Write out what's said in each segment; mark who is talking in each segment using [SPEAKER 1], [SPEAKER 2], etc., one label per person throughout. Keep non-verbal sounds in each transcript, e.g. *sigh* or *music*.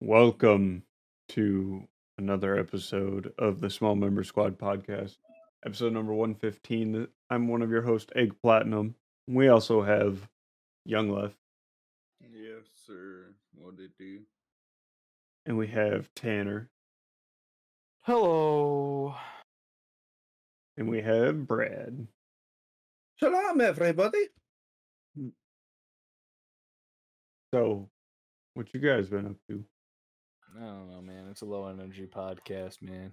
[SPEAKER 1] Welcome to another episode of the Small Member Squad podcast, episode number 115. I'm one of your hosts, Egg Platinum. We also have Young Left,
[SPEAKER 2] Yes, sir. What did do?
[SPEAKER 1] and we have Tanner,
[SPEAKER 3] Hello.
[SPEAKER 1] and we have Brad.
[SPEAKER 2] Shalom, everybody.
[SPEAKER 1] Hmm. So, what you guys been up to?
[SPEAKER 3] I don't know, man. It's a low energy podcast, man.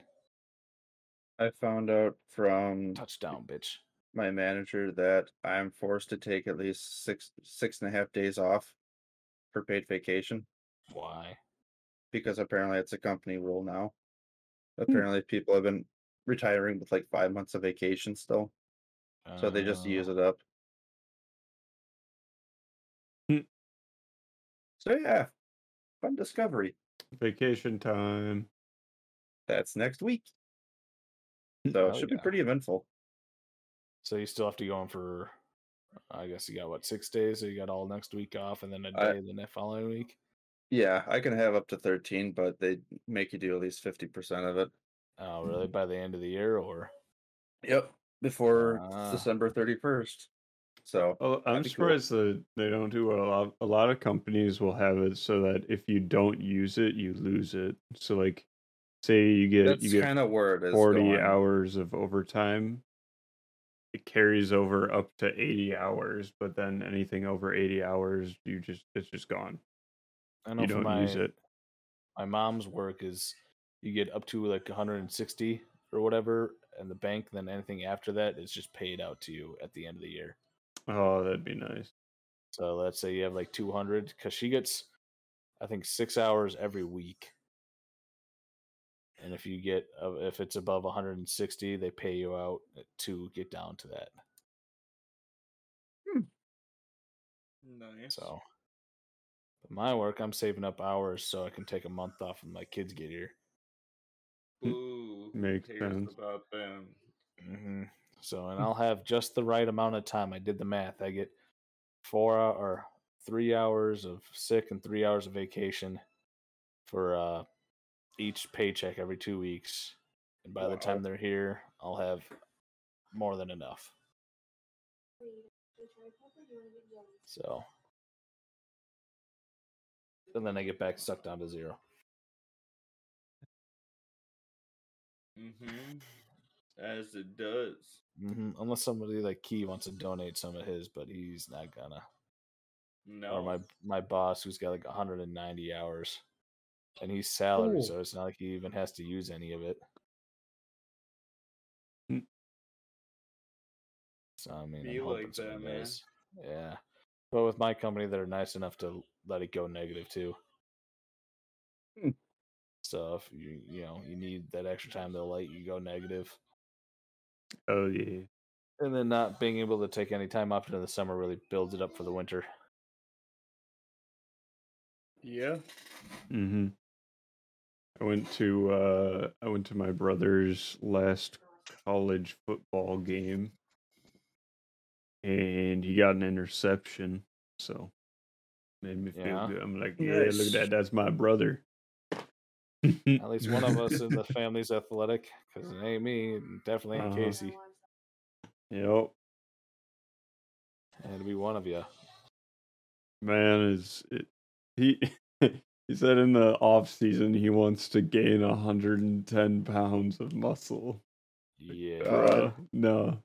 [SPEAKER 2] I found out from
[SPEAKER 3] Touchdown, bitch.
[SPEAKER 2] my manager that I'm forced to take at least six six and a half days off for paid vacation
[SPEAKER 3] Why?
[SPEAKER 2] because apparently it's a company rule now. Apparently, people have been retiring with like five months of vacation still, so they just use
[SPEAKER 3] Uh,
[SPEAKER 2] it up.
[SPEAKER 1] Hmm.
[SPEAKER 2] So yeah, fun discovery.
[SPEAKER 1] Vacation time.
[SPEAKER 2] That's next week.
[SPEAKER 1] Hmm.
[SPEAKER 2] So it
[SPEAKER 3] Oh,
[SPEAKER 2] should
[SPEAKER 3] yeah.
[SPEAKER 2] be pretty eventful.
[SPEAKER 3] So you still have to go on for, I guess you got what six days. So you got all next week off, and then a
[SPEAKER 2] I-
[SPEAKER 3] day the next following week.
[SPEAKER 2] Yeah, I can have up to 13, but they make you do at least 50% of it.
[SPEAKER 3] Oh,
[SPEAKER 2] Mm-hmm.
[SPEAKER 3] really? By the end of the year, or
[SPEAKER 2] Yep. Before
[SPEAKER 3] Ah.
[SPEAKER 2] December 31st. So,
[SPEAKER 1] Oh, I'm
[SPEAKER 2] That'd be cool.
[SPEAKER 1] surprised that they don't do what a lot. A lot of companies will have it so that if you don't use it, you lose it. So, like, say you get
[SPEAKER 2] that's
[SPEAKER 1] you get
[SPEAKER 2] kind of where it is.
[SPEAKER 1] 40
[SPEAKER 2] going.
[SPEAKER 1] hours of overtime it carries over up to 80 hours but then anything over 80 hours you just it's just gone
[SPEAKER 3] I
[SPEAKER 1] you
[SPEAKER 3] for
[SPEAKER 1] don't
[SPEAKER 3] my,
[SPEAKER 1] use it
[SPEAKER 3] my mom's work is you get up to like 160 or whatever in the bank. Then anything after that is just paid out to you at the end of the year.
[SPEAKER 1] oh that'd be nice
[SPEAKER 3] So let's say you have like 200 because she gets, I think, six hours every week. And if you get, uh, if it's above 160, they pay you out uh, to get down to that.
[SPEAKER 4] Nice.
[SPEAKER 3] So, but my work, I'm saving up hours so I can take a month off when my kids get here.
[SPEAKER 1] Mm.
[SPEAKER 4] Ooh, who
[SPEAKER 1] Makes
[SPEAKER 4] cares
[SPEAKER 1] sense.
[SPEAKER 4] about them.
[SPEAKER 3] hmm So, and I'll have just the right amount of time. I did the math. I get four hour, or three hours of sick and three hours of vacation for uh, each paycheck every two weeks. And by the
[SPEAKER 2] Wow.
[SPEAKER 3] time they're here, I'll have more than enough. So, and then I get back stuck down to zero.
[SPEAKER 4] hmm As it does.
[SPEAKER 3] hmm Unless somebody like Key wants to donate some of his, but he's not gonna.
[SPEAKER 4] No.
[SPEAKER 3] or my my boss who's got like 190 hours and he's salary
[SPEAKER 2] Ooh.
[SPEAKER 3] so it's not like he even has to use any of it
[SPEAKER 1] Hmm.
[SPEAKER 3] so i mean
[SPEAKER 4] Be
[SPEAKER 3] I'm hoping
[SPEAKER 4] like
[SPEAKER 3] someone
[SPEAKER 4] that, man.
[SPEAKER 3] does. yeah but with my company they're nice enough to let it go negative too
[SPEAKER 2] Hmm.
[SPEAKER 3] so if you you know you need that extra time they'll let you go negative
[SPEAKER 1] oh yeah
[SPEAKER 3] and then not being able to take any time off during the summer really builds it up for the winter
[SPEAKER 4] yeah.
[SPEAKER 1] mm-hmm. i went to uh i went to my brother's last college football game and he got an interception so made me feel
[SPEAKER 3] Yeah.
[SPEAKER 1] good i'm like yeah look at
[SPEAKER 2] Nice.
[SPEAKER 1] that that's my brother
[SPEAKER 3] *laughs*
[SPEAKER 1] *laughs*
[SPEAKER 3] At least one of us in
[SPEAKER 4] *laughs*
[SPEAKER 3] the family's athletic, because it ain't me, and definitely ain't
[SPEAKER 1] Uh-huh.
[SPEAKER 3] Casey.
[SPEAKER 1] yep
[SPEAKER 3] It had to be one of you.
[SPEAKER 1] man is it, he *laughs* he said in the off season he wants to gain 110 pounds of muscle
[SPEAKER 3] Yeah.
[SPEAKER 2] God.
[SPEAKER 1] Bruh, no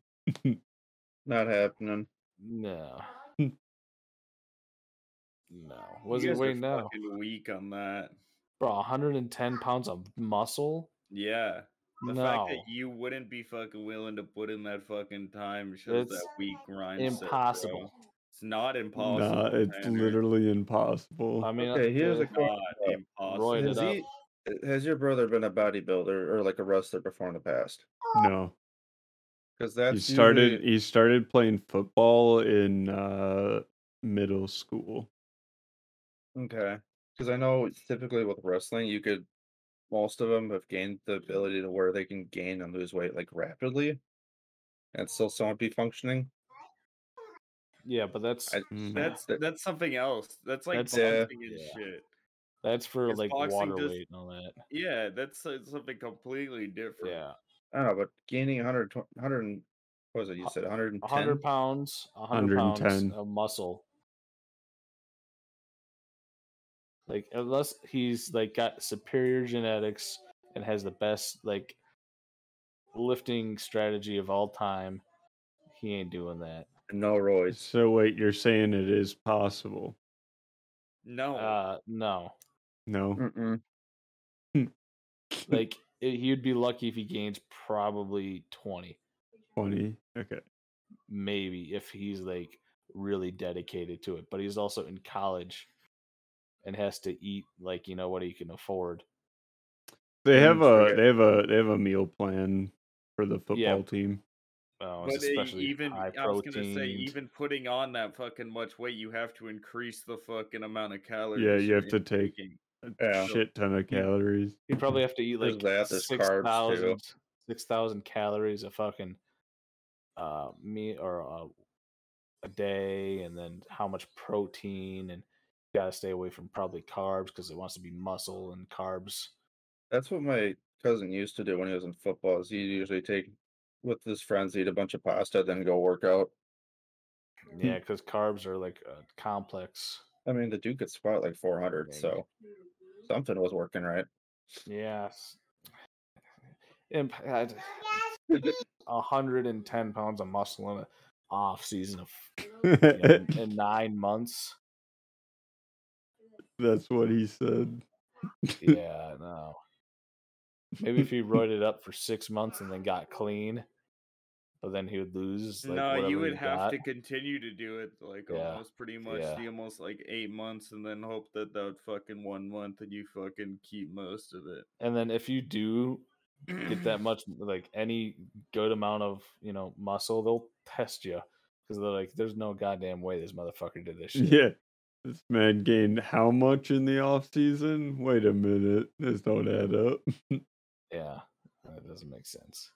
[SPEAKER 2] Not happening.
[SPEAKER 3] No.
[SPEAKER 4] *laughs*
[SPEAKER 1] Hmm.
[SPEAKER 3] No. What's
[SPEAKER 4] you
[SPEAKER 3] he
[SPEAKER 4] guys are
[SPEAKER 3] weighing now?
[SPEAKER 4] fucking weak on that.
[SPEAKER 3] Bro, 110 pounds of muscle?
[SPEAKER 4] Yeah. The
[SPEAKER 3] no.
[SPEAKER 4] fact that you wouldn't be fucking willing to put in that fucking time shows
[SPEAKER 3] It's
[SPEAKER 4] that weak grind.
[SPEAKER 3] impossible.
[SPEAKER 4] It's not
[SPEAKER 1] nah,
[SPEAKER 4] impossible.
[SPEAKER 1] it's
[SPEAKER 4] Tanner.
[SPEAKER 1] literally impossible
[SPEAKER 3] I mean, uh,
[SPEAKER 2] Okay, here's a
[SPEAKER 3] the-
[SPEAKER 2] question.
[SPEAKER 4] not impossible.
[SPEAKER 3] Roided
[SPEAKER 2] Has,
[SPEAKER 3] up.
[SPEAKER 2] he, has your brother been a bodybuilder or like a wrestler before in the past?
[SPEAKER 1] no
[SPEAKER 2] Because that's
[SPEAKER 1] he started
[SPEAKER 2] usually-
[SPEAKER 1] he started playing football in uh middle school
[SPEAKER 2] okay. Because I know typically with wrestling, you could most of them have gained the ability to where they can gain and lose weight like rapidly, and still somewhat be functioning.
[SPEAKER 3] yeah, but that's
[SPEAKER 2] I-
[SPEAKER 1] Mm.
[SPEAKER 4] That's
[SPEAKER 2] That-
[SPEAKER 4] that's something else. That's like
[SPEAKER 3] Mm-hmm. That's-
[SPEAKER 4] boxing
[SPEAKER 2] Yeah.
[SPEAKER 4] and
[SPEAKER 3] Yeah.
[SPEAKER 4] shit.
[SPEAKER 3] That's for
[SPEAKER 4] Because
[SPEAKER 3] like
[SPEAKER 4] boxing
[SPEAKER 3] water
[SPEAKER 4] does-
[SPEAKER 3] weight and all that.
[SPEAKER 4] Yeah, that's uh, something completely different.
[SPEAKER 3] Yeah,
[SPEAKER 2] I don't know, but gaining 100, 100 and- what was it? You
[SPEAKER 3] Hu-
[SPEAKER 2] said 110?
[SPEAKER 3] hundred pounds, hundred pounds
[SPEAKER 1] 110.
[SPEAKER 3] of muscle. Like unless he's like got superior genetics and has the best like lifting strategy of all time, he ain't doing that.
[SPEAKER 2] No roids.
[SPEAKER 1] So wait, you're saying it is possible?
[SPEAKER 2] Oh.
[SPEAKER 4] No.
[SPEAKER 3] Uh, no.
[SPEAKER 1] No.
[SPEAKER 2] Mm-mm.
[SPEAKER 3] like it, he'd be lucky if he gains probably 20
[SPEAKER 1] Twenty. Okay.
[SPEAKER 3] maybe if he's like really dedicated to it but he's also in college and has to eat like you know what he can afford
[SPEAKER 1] They
[SPEAKER 2] Mm,
[SPEAKER 1] have a
[SPEAKER 2] forget-
[SPEAKER 1] they have a they have a meal plan for the football
[SPEAKER 3] Yeah.
[SPEAKER 1] team.
[SPEAKER 3] uh,
[SPEAKER 4] but uh,
[SPEAKER 3] especially
[SPEAKER 4] even
[SPEAKER 3] high
[SPEAKER 4] I was gonna say,
[SPEAKER 3] proteined.
[SPEAKER 4] even putting on that fucking much weight, you have to increase the fucking amount of calories.
[SPEAKER 1] you have
[SPEAKER 4] you're
[SPEAKER 1] to take-
[SPEAKER 4] taking.
[SPEAKER 1] A
[SPEAKER 2] Yeah.
[SPEAKER 1] shit ton of calories.
[SPEAKER 3] he'd probably have to eat
[SPEAKER 2] There's
[SPEAKER 3] like
[SPEAKER 2] that, there's carbs,
[SPEAKER 3] 6000
[SPEAKER 2] too.
[SPEAKER 3] 6000 calories a fucking uh meat or a, a day and then how much protein and you gotta stay away from probably carbs because it wants to be muscle and carbs
[SPEAKER 2] That's what my cousin used to do when he was in football. Is he'd usually take with his friends, eat a bunch of pasta, then go work out.
[SPEAKER 3] Yeah, because carbs are like a complex.
[SPEAKER 2] I mean, the dude could squat like 400,
[SPEAKER 3] Dang. *laughs*
[SPEAKER 2] so something was working right.
[SPEAKER 3] Yes. Imp- had a hundred and ten pounds of muscle in a off season of you know, in- *laughs* in nine months.
[SPEAKER 1] *laughs* That's what he said.
[SPEAKER 3] Yeah, no. Maybe if
[SPEAKER 4] *laughs*
[SPEAKER 3] he roided up for six months and then got clean, but then he would lose. Like,
[SPEAKER 4] no,
[SPEAKER 3] whatever
[SPEAKER 4] you would
[SPEAKER 3] he
[SPEAKER 4] have to
[SPEAKER 3] got.
[SPEAKER 4] continue to do it like
[SPEAKER 3] Yeah,
[SPEAKER 4] almost pretty much
[SPEAKER 3] yeah.
[SPEAKER 4] the almost like eight months, and then hope that that fucking one month and you fucking keep most of it.
[SPEAKER 3] And then if you do get
[SPEAKER 4] *clears throat*
[SPEAKER 3] that much like any good amount of you know muscle, they'll test you because they're like, "There's no goddamn way this motherfucker did this shit."
[SPEAKER 1] Yeah. This man gained how much in the off season? Wait a minute. This don't add up.
[SPEAKER 3] Yeah, that doesn't make sense.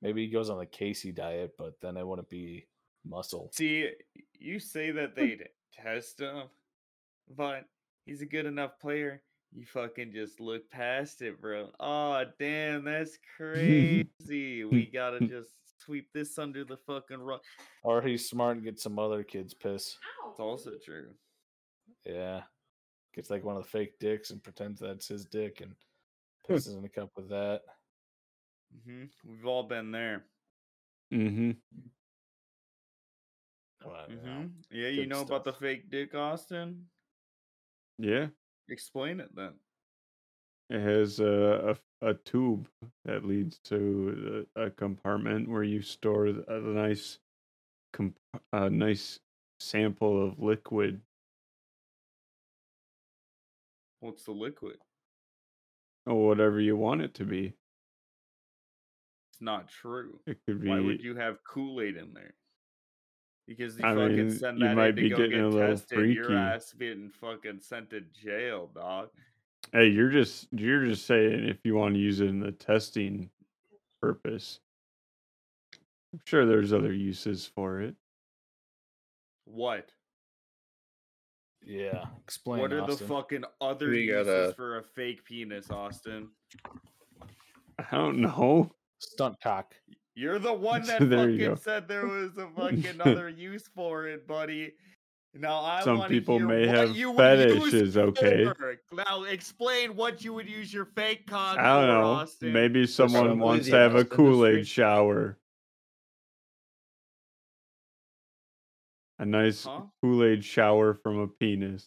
[SPEAKER 3] Maybe he goes on the Casey diet, but then it wouldn't be muscle.
[SPEAKER 4] See, you say
[SPEAKER 3] Hmm.
[SPEAKER 4] that they'd test him, but he's a good enough player. You fucking just look past it, bro. Oh,
[SPEAKER 3] *laughs*
[SPEAKER 4] damn, that's crazy. we gotta just sweep this under the fucking rug.
[SPEAKER 3] Or he's smart and gets some other kids piss.
[SPEAKER 4] It's also
[SPEAKER 3] Oh.
[SPEAKER 4] true.
[SPEAKER 3] Yeah, gets like one of the fake dicks and pretends that's his dick and
[SPEAKER 2] Hmm.
[SPEAKER 3] pisses in a cup with that.
[SPEAKER 4] hmm We've all been there.
[SPEAKER 1] Mm-hmm.
[SPEAKER 3] Well, you know,
[SPEAKER 2] Mm-hmm.
[SPEAKER 4] hmm Yeah, you
[SPEAKER 3] Oh, Good
[SPEAKER 4] know about the
[SPEAKER 3] stuff.
[SPEAKER 4] fake dick, Austin?
[SPEAKER 1] Yeah.
[SPEAKER 4] Explain it then.
[SPEAKER 1] It has a, a, a tube that leads to a, a compartment where you store th- a nice, comp- a nice sample of liquid.
[SPEAKER 4] What's the liquid?
[SPEAKER 1] or whatever you want it to be.
[SPEAKER 4] It's not true.
[SPEAKER 1] It could be.
[SPEAKER 4] Why would you have Kool Aid in there? Because you
[SPEAKER 1] I
[SPEAKER 4] fucking
[SPEAKER 1] mean,
[SPEAKER 4] send
[SPEAKER 1] you
[SPEAKER 4] that
[SPEAKER 1] might
[SPEAKER 4] in to
[SPEAKER 1] be
[SPEAKER 4] go
[SPEAKER 1] getting
[SPEAKER 4] get
[SPEAKER 1] a little
[SPEAKER 4] tested, your
[SPEAKER 1] freaky.
[SPEAKER 4] ass getting fucking sent to jail, dog.
[SPEAKER 1] Hey, you're just you're just saying if you want to use it in the testing purpose. I'm sure there's other uses for it.
[SPEAKER 4] What?
[SPEAKER 3] yeah. Explain.
[SPEAKER 4] what are
[SPEAKER 3] Austin.
[SPEAKER 4] the fucking other
[SPEAKER 2] We
[SPEAKER 4] uses
[SPEAKER 2] gotta-
[SPEAKER 4] for a fake penis, Austin?
[SPEAKER 1] I don't *laughs* know.
[SPEAKER 3] stunt cock?
[SPEAKER 1] *laughs*
[SPEAKER 4] You're the one that
[SPEAKER 1] There you go.
[SPEAKER 4] fucking said there was a
[SPEAKER 1] *laughs*
[SPEAKER 4] fucking other use for it, buddy. Now I
[SPEAKER 1] Some
[SPEAKER 4] wanna
[SPEAKER 1] people
[SPEAKER 4] hear
[SPEAKER 1] may
[SPEAKER 4] what
[SPEAKER 1] have
[SPEAKER 4] you would use
[SPEAKER 1] fetishes, okay?
[SPEAKER 4] for. Now explain what you would use your fake cock
[SPEAKER 1] I don't
[SPEAKER 4] for,
[SPEAKER 1] know.
[SPEAKER 4] Austin.
[SPEAKER 1] Maybe someone
[SPEAKER 2] some
[SPEAKER 1] wants to
[SPEAKER 2] Louisiana
[SPEAKER 1] have a
[SPEAKER 2] stuff in the
[SPEAKER 1] Kool Aid
[SPEAKER 2] street.
[SPEAKER 1] shower. A nice
[SPEAKER 4] Huh?
[SPEAKER 1] Kool Aid shower from a *laughs* penis.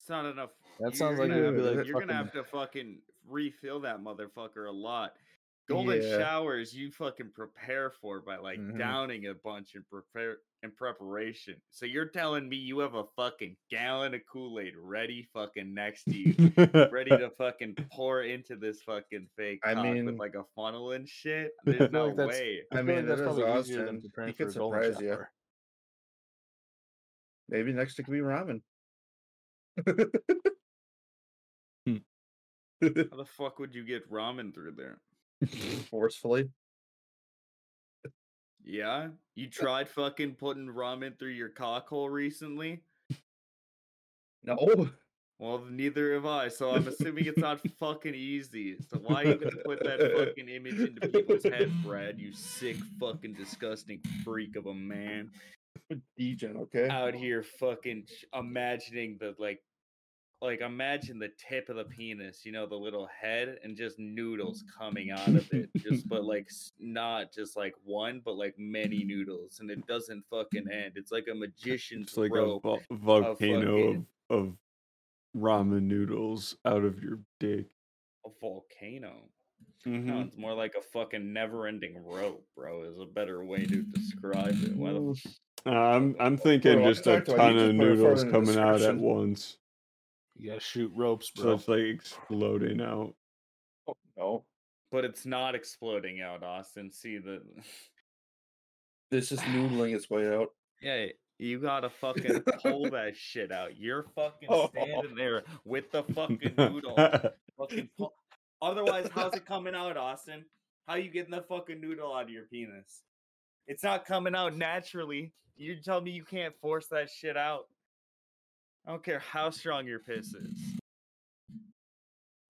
[SPEAKER 4] It's not enough.
[SPEAKER 3] That
[SPEAKER 4] You-
[SPEAKER 3] sounds
[SPEAKER 4] you're
[SPEAKER 3] like
[SPEAKER 4] gonna
[SPEAKER 2] it
[SPEAKER 4] have
[SPEAKER 2] would be
[SPEAKER 4] to-
[SPEAKER 2] like
[SPEAKER 4] you're gonna have
[SPEAKER 3] fucking-
[SPEAKER 4] to fucking refill that motherfucker a lot. Golden
[SPEAKER 2] Yeah. Mm-hmm.
[SPEAKER 4] showers you fucking prepare for by like
[SPEAKER 3] Mhm.
[SPEAKER 4] downing a bunch in prepare in preparation. So you're telling me you have a fucking gallon of Kool Aid ready fucking next to you,
[SPEAKER 2] *laughs*
[SPEAKER 1] *laughs*
[SPEAKER 4] ready to fucking pour into this fucking fake
[SPEAKER 2] I
[SPEAKER 4] cock with
[SPEAKER 2] mean-
[SPEAKER 4] like a funnel and shit.
[SPEAKER 2] *laughs*
[SPEAKER 1] I
[SPEAKER 4] There's no
[SPEAKER 3] like that's-
[SPEAKER 4] way.
[SPEAKER 2] I mean, it is Austin. He could surprise you. Maybe next it could be ramen.
[SPEAKER 4] How the fuck would you get ramen through there?
[SPEAKER 2] Forcefully.
[SPEAKER 4] Yeah, you
[SPEAKER 2] *laughs*
[SPEAKER 4] tried fucking putting ramen through your cock hole recently.
[SPEAKER 2] No.
[SPEAKER 4] Well, neither am I, so I'm assuming
[SPEAKER 1] *laughs*
[SPEAKER 4] it's not fucking easy. So why even put that fucking image into people's head, Brad? You sick, fucking disgusting freak of
[SPEAKER 1] *laughs*
[SPEAKER 4] a man
[SPEAKER 2] Degen, okay?
[SPEAKER 4] out here fucking ch- imagining the like, like imagine the tip of the penis, you know, the little head, and just noodles coming out of it.
[SPEAKER 1] *laughs*
[SPEAKER 4] Just but like s- not just like one, but like many noodles, and it doesn't fucking end. It's like a magician's
[SPEAKER 1] It's like
[SPEAKER 4] rope.
[SPEAKER 1] a vo- volcano of,
[SPEAKER 4] fucking-
[SPEAKER 1] of ramen noodles out of your dick.
[SPEAKER 4] a volcano. No, it's more like a fucking never-ending rope, bro. Is a better way to describe it. Why the f-
[SPEAKER 1] Uh, I'm I'm thinking
[SPEAKER 2] Well,
[SPEAKER 1] just a
[SPEAKER 2] exactly, I
[SPEAKER 1] ton
[SPEAKER 2] need
[SPEAKER 1] of
[SPEAKER 2] to put it further
[SPEAKER 1] noodles
[SPEAKER 2] in the
[SPEAKER 1] coming out at
[SPEAKER 2] description.
[SPEAKER 1] once,
[SPEAKER 3] You gotta shoot ropes,
[SPEAKER 1] so
[SPEAKER 3] bro.
[SPEAKER 1] it's like exploding out.
[SPEAKER 2] Oh, no.
[SPEAKER 4] But it's not exploding out, Austin. See the?
[SPEAKER 2] This is noodling its way out.
[SPEAKER 4] *laughs* Yeah, you gotta fucking *laughs* pull that shit out. You're fucking
[SPEAKER 2] Oh.
[SPEAKER 4] standing there with
[SPEAKER 1] *laughs*
[SPEAKER 4] the *laughs* fucking noodle. fucking pull- Otherwise, how's it coming out, Austin? How you getting the fucking noodle out of your penis? It's not coming out naturally. You tell me you can't force that shit out. I don't care how strong your piss is.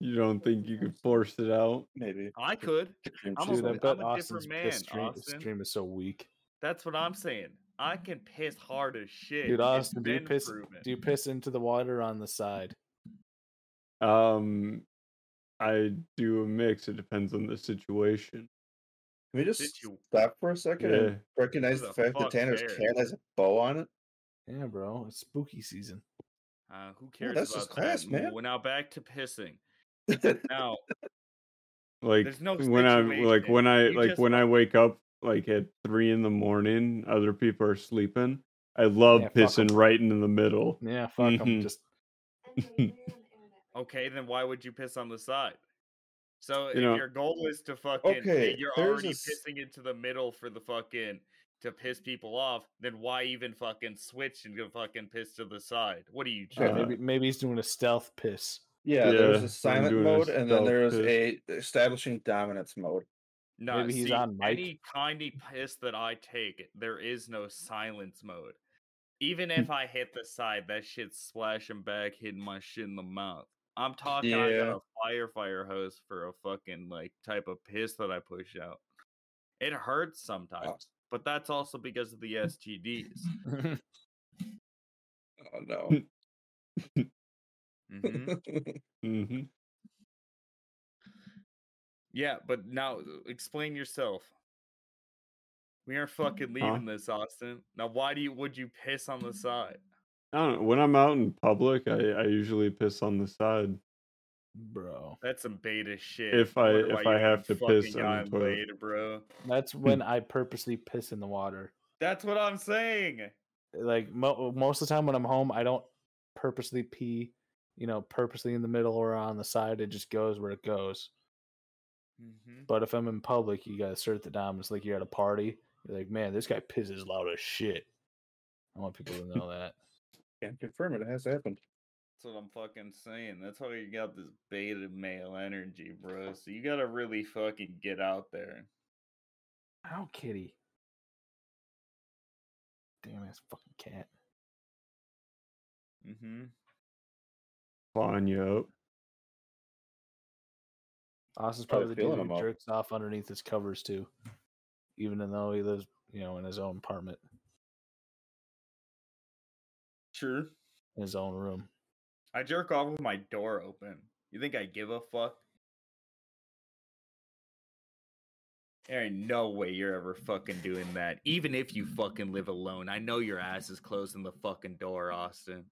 [SPEAKER 1] you don't think you could force it out?
[SPEAKER 4] *sighs*
[SPEAKER 2] Maybe.
[SPEAKER 4] I could. I'm
[SPEAKER 3] Dude,
[SPEAKER 4] a-
[SPEAKER 3] I bet
[SPEAKER 4] I'm a different
[SPEAKER 3] Austin's
[SPEAKER 4] man,
[SPEAKER 3] piss stream,
[SPEAKER 4] Austin.
[SPEAKER 3] stream is so weak.
[SPEAKER 4] That's what I'm saying. I can piss hard as shit.
[SPEAKER 3] Dude,
[SPEAKER 4] It's
[SPEAKER 3] Austin, do you
[SPEAKER 4] been
[SPEAKER 3] piss?
[SPEAKER 4] proven.
[SPEAKER 3] Do you piss into the water on the side?
[SPEAKER 1] Um, I do a mix. It depends on the situation.
[SPEAKER 2] Can we just
[SPEAKER 4] Did you-
[SPEAKER 2] stop for a second
[SPEAKER 1] Yeah.
[SPEAKER 2] and recognize
[SPEAKER 4] Who
[SPEAKER 2] the
[SPEAKER 4] the
[SPEAKER 2] fact that
[SPEAKER 4] fuck
[SPEAKER 2] Tanner's
[SPEAKER 4] cares?
[SPEAKER 2] cat has a bow on it? *laughs*
[SPEAKER 3] Yeah, bro. It's spooky season.
[SPEAKER 4] Uh, who cares
[SPEAKER 2] that's
[SPEAKER 4] about
[SPEAKER 2] just class,
[SPEAKER 4] that?
[SPEAKER 2] man.
[SPEAKER 4] We're now back to pissing.
[SPEAKER 2] That's
[SPEAKER 4] Now,
[SPEAKER 1] Like
[SPEAKER 4] There's no
[SPEAKER 1] when I like when
[SPEAKER 4] situation.
[SPEAKER 1] I
[SPEAKER 4] You
[SPEAKER 1] like
[SPEAKER 4] just
[SPEAKER 1] when I wake up like at three in the morning, other people are sleeping. I love
[SPEAKER 3] Yeah, fuck 'em.
[SPEAKER 1] pissing right in the
[SPEAKER 4] *laughs*
[SPEAKER 1] middle. *laughs*
[SPEAKER 3] Yeah, fuck
[SPEAKER 1] Mhm.
[SPEAKER 2] Mm-hmm.
[SPEAKER 3] 'em. Just
[SPEAKER 4] okay, then why would you piss on the side? So if
[SPEAKER 1] know-
[SPEAKER 4] your goal is to fucking,
[SPEAKER 2] Okay,
[SPEAKER 4] you're
[SPEAKER 2] there's
[SPEAKER 4] already
[SPEAKER 2] a s-
[SPEAKER 4] pissing into the middle for the fucking to piss people off. Then why even fucking switch and go fucking piss to the side? What are you?
[SPEAKER 2] Yeah,
[SPEAKER 3] yeah,
[SPEAKER 4] joking?
[SPEAKER 3] maybe maybe he's doing a stealth
[SPEAKER 2] *laughs*
[SPEAKER 3] piss.
[SPEAKER 2] Yeah, there's
[SPEAKER 1] Yeah, I'm
[SPEAKER 2] a silent
[SPEAKER 1] doing a
[SPEAKER 2] mode, and then
[SPEAKER 1] stealth
[SPEAKER 2] there's a establishing dominance mode.
[SPEAKER 4] No,
[SPEAKER 3] Maybe he's
[SPEAKER 4] see,
[SPEAKER 3] on mic.
[SPEAKER 4] Any tiny piss that I take, there is no silence mode. Even
[SPEAKER 3] Hmm.
[SPEAKER 4] if I hit the side, that shit's splashing back, hitting my shit in the mouth. I'm talking I
[SPEAKER 2] Yeah.
[SPEAKER 4] got a fire fire hose for a fucking like type of piss that I push out. It hurts
[SPEAKER 3] Oh.
[SPEAKER 4] sometimes, but that's also because of
[SPEAKER 3] Hmm.
[SPEAKER 4] the STDs.
[SPEAKER 3] *laughs*
[SPEAKER 1] *laughs*
[SPEAKER 2] Oh no.
[SPEAKER 4] Mhm.
[SPEAKER 1] hmm
[SPEAKER 4] Yeah, but now uh, explain yourself. We aren't fucking
[SPEAKER 1] Huh?
[SPEAKER 4] leaving this, Austin. Now, why do you would you piss on the side?
[SPEAKER 1] I don't know. When I'm out in public, I, I usually piss on the side.
[SPEAKER 3] bro.
[SPEAKER 4] That's some beta shit.
[SPEAKER 1] If I-
[SPEAKER 4] Wonder
[SPEAKER 1] if
[SPEAKER 4] why
[SPEAKER 1] I
[SPEAKER 4] you
[SPEAKER 1] have
[SPEAKER 4] haven't
[SPEAKER 1] to piss
[SPEAKER 4] fucking
[SPEAKER 1] on the
[SPEAKER 4] gotten
[SPEAKER 1] toilet.
[SPEAKER 4] laid, bro.
[SPEAKER 2] Hmm.
[SPEAKER 3] That's when I purposely piss in the water.
[SPEAKER 4] That's what I'm saying.
[SPEAKER 3] Like mo- most of the time when I'm home, I don't purposely pee, you know, purposely in the middle or on the side. It just goes where it goes.
[SPEAKER 4] Mm-hmm.
[SPEAKER 3] But if I'm in public, you gotta assert the dominance. Like you're at a party, you're like, man, this guy pisses loud as shit. I want people to know that.
[SPEAKER 2] *laughs* Can't confirm it. It has happened.
[SPEAKER 4] That's what I'm fucking saying. That's why you got this beta male energy, bro. So you gotta really fucking get out there.
[SPEAKER 3] Ow, kitty. Damn ass fucking cat.
[SPEAKER 4] Mm-hmm.
[SPEAKER 1] Clawing you up.
[SPEAKER 3] Austin's
[SPEAKER 2] Probably
[SPEAKER 3] probably the
[SPEAKER 2] feeling
[SPEAKER 3] dude
[SPEAKER 2] him
[SPEAKER 3] who
[SPEAKER 2] up.
[SPEAKER 3] jerks off underneath his covers too, even though he lives, you know, in his own apartment,
[SPEAKER 4] Sure.
[SPEAKER 3] in his own room.
[SPEAKER 4] I jerk off with my door open. You think I give a fuck? There ain't no way you're ever fucking doing that. Even if you fucking live alone, I know your ass is closing the fucking door, Austin.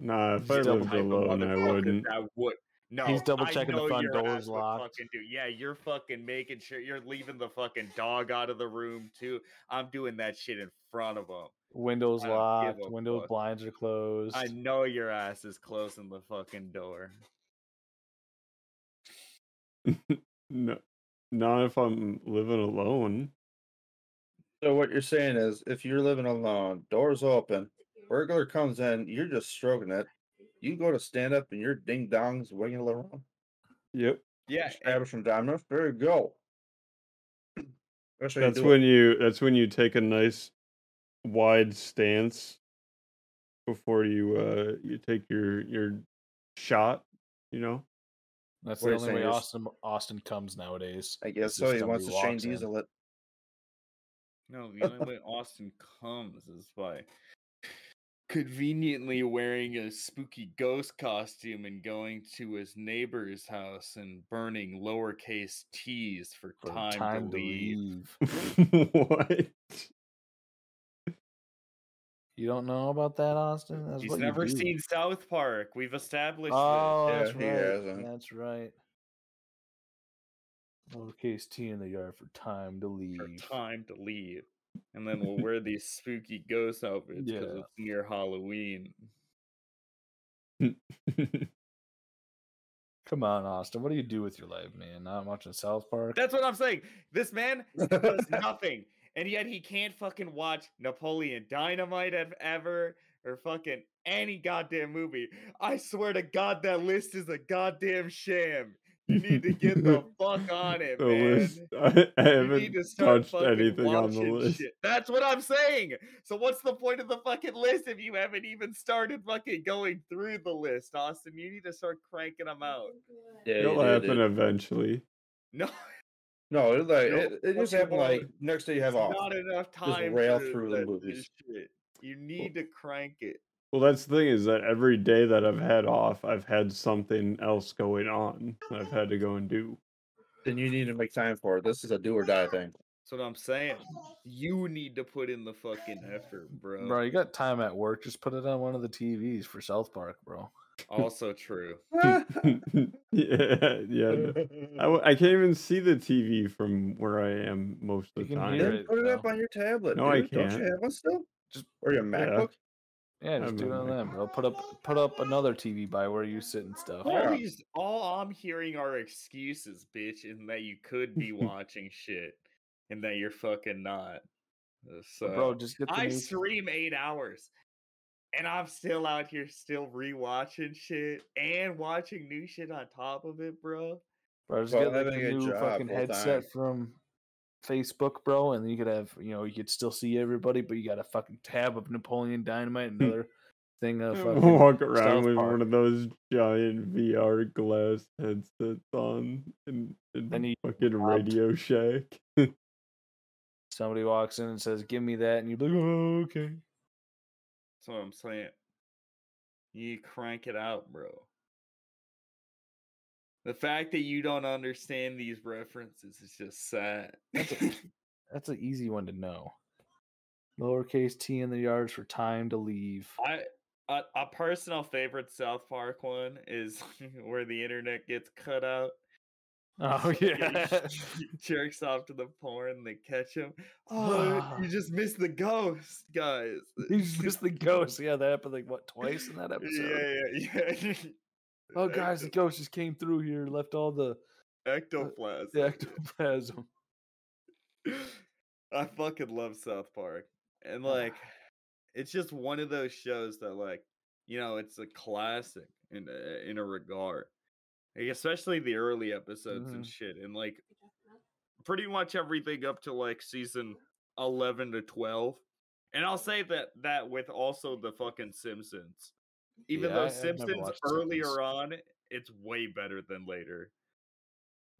[SPEAKER 1] Nah, if I
[SPEAKER 3] He's double
[SPEAKER 1] lived
[SPEAKER 4] type of
[SPEAKER 1] alone, I
[SPEAKER 4] motherfucker
[SPEAKER 1] wouldn't.
[SPEAKER 4] that would. No,
[SPEAKER 3] He's double
[SPEAKER 4] I
[SPEAKER 3] checking the
[SPEAKER 4] know
[SPEAKER 3] front
[SPEAKER 4] your
[SPEAKER 3] door
[SPEAKER 4] ass
[SPEAKER 3] is
[SPEAKER 4] would
[SPEAKER 3] locked.
[SPEAKER 4] Fucking do. Yeah, you're fucking making sure you're leaving the fucking dog out of the room too. I'm doing that shit in front of him.
[SPEAKER 3] Windows
[SPEAKER 4] I don't give
[SPEAKER 3] locked,
[SPEAKER 4] a
[SPEAKER 3] window
[SPEAKER 4] fuck.
[SPEAKER 3] blinds are closed.
[SPEAKER 4] I know your ass is closing the fucking door.
[SPEAKER 1] *laughs* No, not if I'm living alone.
[SPEAKER 2] So what you're saying is, if you're living alone, doors open, burglar comes in, you're just stroking it. You go to stand up, and your ding dongs winging around.
[SPEAKER 1] Yep.
[SPEAKER 4] Yeah,
[SPEAKER 2] Establish some dominance. There you go. That's, how you
[SPEAKER 1] That's
[SPEAKER 2] do it.
[SPEAKER 1] when you. That's when you take a nice wide stance before you uh you take your your shot, you know? *laughs*
[SPEAKER 3] That's
[SPEAKER 2] What
[SPEAKER 3] the
[SPEAKER 2] you're
[SPEAKER 3] only
[SPEAKER 2] saying
[SPEAKER 3] way
[SPEAKER 2] is-
[SPEAKER 3] Austin Austin comes nowadays.
[SPEAKER 2] I guess
[SPEAKER 3] It's
[SPEAKER 2] so.
[SPEAKER 3] just
[SPEAKER 2] He wants to
[SPEAKER 3] somebody
[SPEAKER 2] Shane
[SPEAKER 3] walks in.
[SPEAKER 2] Diesel it.
[SPEAKER 4] No, the only way Austin comes is by conveniently wearing a spooky ghost costume and going to his neighbor's house and burning lowercase t's for,
[SPEAKER 3] for
[SPEAKER 4] time, to, leave.
[SPEAKER 1] what?
[SPEAKER 3] You don't know about that, Austin? That's
[SPEAKER 4] He's
[SPEAKER 3] what you
[SPEAKER 4] never
[SPEAKER 3] do.
[SPEAKER 4] seen South Park. We've established
[SPEAKER 3] Oh,
[SPEAKER 2] Yeah,
[SPEAKER 3] that's
[SPEAKER 2] he
[SPEAKER 3] right.
[SPEAKER 2] hasn't.
[SPEAKER 3] That's right. Lowercase T in the yard for time to
[SPEAKER 4] this for
[SPEAKER 3] leave.
[SPEAKER 4] time to leave. And then we'll wear these spooky ghost outfits because
[SPEAKER 3] Yeah.
[SPEAKER 4] it's near Halloween.
[SPEAKER 3] Come on, Austin. What do you do with your life, man? Not watching South Park.
[SPEAKER 4] That's what I'm saying. This man *laughs*
[SPEAKER 3] *laughs*
[SPEAKER 4] does nothing, and yet he can't fucking watch Napoleon Dynamite ev- ever or fucking any goddamn movie. I swear to God, that list is a goddamn sham. You need to get
[SPEAKER 3] *laughs*
[SPEAKER 4] the fuck on it,
[SPEAKER 1] The
[SPEAKER 4] man.
[SPEAKER 1] list. *laughs* I, I
[SPEAKER 4] You need
[SPEAKER 1] haven't
[SPEAKER 4] to start
[SPEAKER 1] touched
[SPEAKER 4] fucking
[SPEAKER 1] anything on the
[SPEAKER 4] watching
[SPEAKER 1] list.
[SPEAKER 4] Shit. That's what I'm saying. So what's the point of the fucking list if you haven't even started fucking going through the list, Austin? You need to start cranking them out. *laughs*
[SPEAKER 2] Yeah,
[SPEAKER 1] It'll
[SPEAKER 2] you do,
[SPEAKER 1] happen
[SPEAKER 2] dude.
[SPEAKER 1] eventually.
[SPEAKER 4] No,
[SPEAKER 2] No, it, like,
[SPEAKER 4] Nope,
[SPEAKER 2] it, it
[SPEAKER 4] that's
[SPEAKER 2] just
[SPEAKER 4] your
[SPEAKER 2] happened
[SPEAKER 4] boy.
[SPEAKER 2] like next day you have off.
[SPEAKER 4] not enough
[SPEAKER 2] Just
[SPEAKER 4] time.
[SPEAKER 2] rail
[SPEAKER 4] for
[SPEAKER 2] through the
[SPEAKER 4] that-
[SPEAKER 2] movies.
[SPEAKER 4] this Shit. You need to crank it.
[SPEAKER 1] Well, that's the thing is that every day that I've had off, I've had something else going on. that I've had to go and do. *laughs*
[SPEAKER 2] Then you need to make time for it. This is a do or die thing.
[SPEAKER 4] That's what I'm saying. You need to put in the fucking effort, bro.
[SPEAKER 3] Bro, you got time at work. Just put it on one of the TVs for South Park, bro.
[SPEAKER 4] Also true.
[SPEAKER 1] yeah,
[SPEAKER 4] *laughs*
[SPEAKER 1] yeah. no. I, w- I can't even see the TV from where I am most of
[SPEAKER 3] You
[SPEAKER 1] the
[SPEAKER 3] can
[SPEAKER 1] time. *laughs*
[SPEAKER 2] *laughs*
[SPEAKER 3] hear
[SPEAKER 2] Then
[SPEAKER 3] it,
[SPEAKER 2] put it up
[SPEAKER 3] though.
[SPEAKER 2] on your tablet.
[SPEAKER 1] No, I
[SPEAKER 2] dude. Don't
[SPEAKER 1] can't.
[SPEAKER 2] you have one still?
[SPEAKER 3] Just-
[SPEAKER 2] or your MacBook?
[SPEAKER 3] Yeah, just
[SPEAKER 1] I'm
[SPEAKER 3] do it
[SPEAKER 1] on
[SPEAKER 3] on
[SPEAKER 1] there.
[SPEAKER 3] them, bro. Put up put up another TV by where you sit and stuff.
[SPEAKER 4] All
[SPEAKER 2] Yeah.
[SPEAKER 4] these, all I'm hearing are excuses, bitch, and that you
[SPEAKER 3] *laughs*
[SPEAKER 4] could be watching shit, and that you're fucking not. Uh, So,
[SPEAKER 3] Bro, just get the
[SPEAKER 4] I
[SPEAKER 3] new-
[SPEAKER 4] stream eight hours, and I'm still out here, still rewatching shit and watching new shit on top of it, bro.
[SPEAKER 3] Bro, just
[SPEAKER 2] Well,
[SPEAKER 3] get like a
[SPEAKER 2] having a
[SPEAKER 3] new
[SPEAKER 2] job
[SPEAKER 3] fucking
[SPEAKER 2] full time.
[SPEAKER 3] headset from Facebook, bro, and you could have you know you could still see everybody, but you got a fucking tab of Napoleon Dynamite, another thing of fucking. *laughs*
[SPEAKER 1] Walk around
[SPEAKER 3] South
[SPEAKER 1] with
[SPEAKER 3] Park.
[SPEAKER 1] one of those giant VR glass headsets on and, and
[SPEAKER 3] Then you
[SPEAKER 1] fucking
[SPEAKER 3] robbed.
[SPEAKER 1] Radio Shack.
[SPEAKER 3] Somebody walks in and says, "Give me that," and you're like, "Oh, okay."
[SPEAKER 4] That's what I'm saying. You crank it out, bro. The fact that you don't understand these references is just sad.
[SPEAKER 3] That's an easy one to know. Lowercase t in the yards for time to leave. *laughs*
[SPEAKER 4] I a, a personal favorite South Park one is *laughs* where the internet gets cut out.
[SPEAKER 3] Oh yeah.
[SPEAKER 4] He jerks off to the porn. They catch him. Oh, you just missed the ghost, guys.
[SPEAKER 3] *laughs* He's just the ghost. Yeah, that happened like what twice in that episode.
[SPEAKER 4] Yeah, yeah, *laughs* yeah.
[SPEAKER 3] Oh guys, the
[SPEAKER 4] Ecto-
[SPEAKER 3] ghost just came through here, and left all the, *laughs*
[SPEAKER 4] ectoplasm.
[SPEAKER 3] the ectoplasm.
[SPEAKER 4] I fucking love South Park. And like
[SPEAKER 3] Ah.
[SPEAKER 4] it's just one of those shows that like, you know, it's a classic in a, in a regard. Like, especially the early episodes and
[SPEAKER 3] Mhm.
[SPEAKER 4] shit. And like pretty much everything up to like season 11 to 12. And I'll say that that with also the fucking Simpsons.
[SPEAKER 3] Yeah,
[SPEAKER 4] Even
[SPEAKER 3] I-
[SPEAKER 4] though
[SPEAKER 3] I've never
[SPEAKER 4] Simpsons
[SPEAKER 3] watched
[SPEAKER 4] earlier
[SPEAKER 3] Simpsons.
[SPEAKER 4] on, it's way better than later.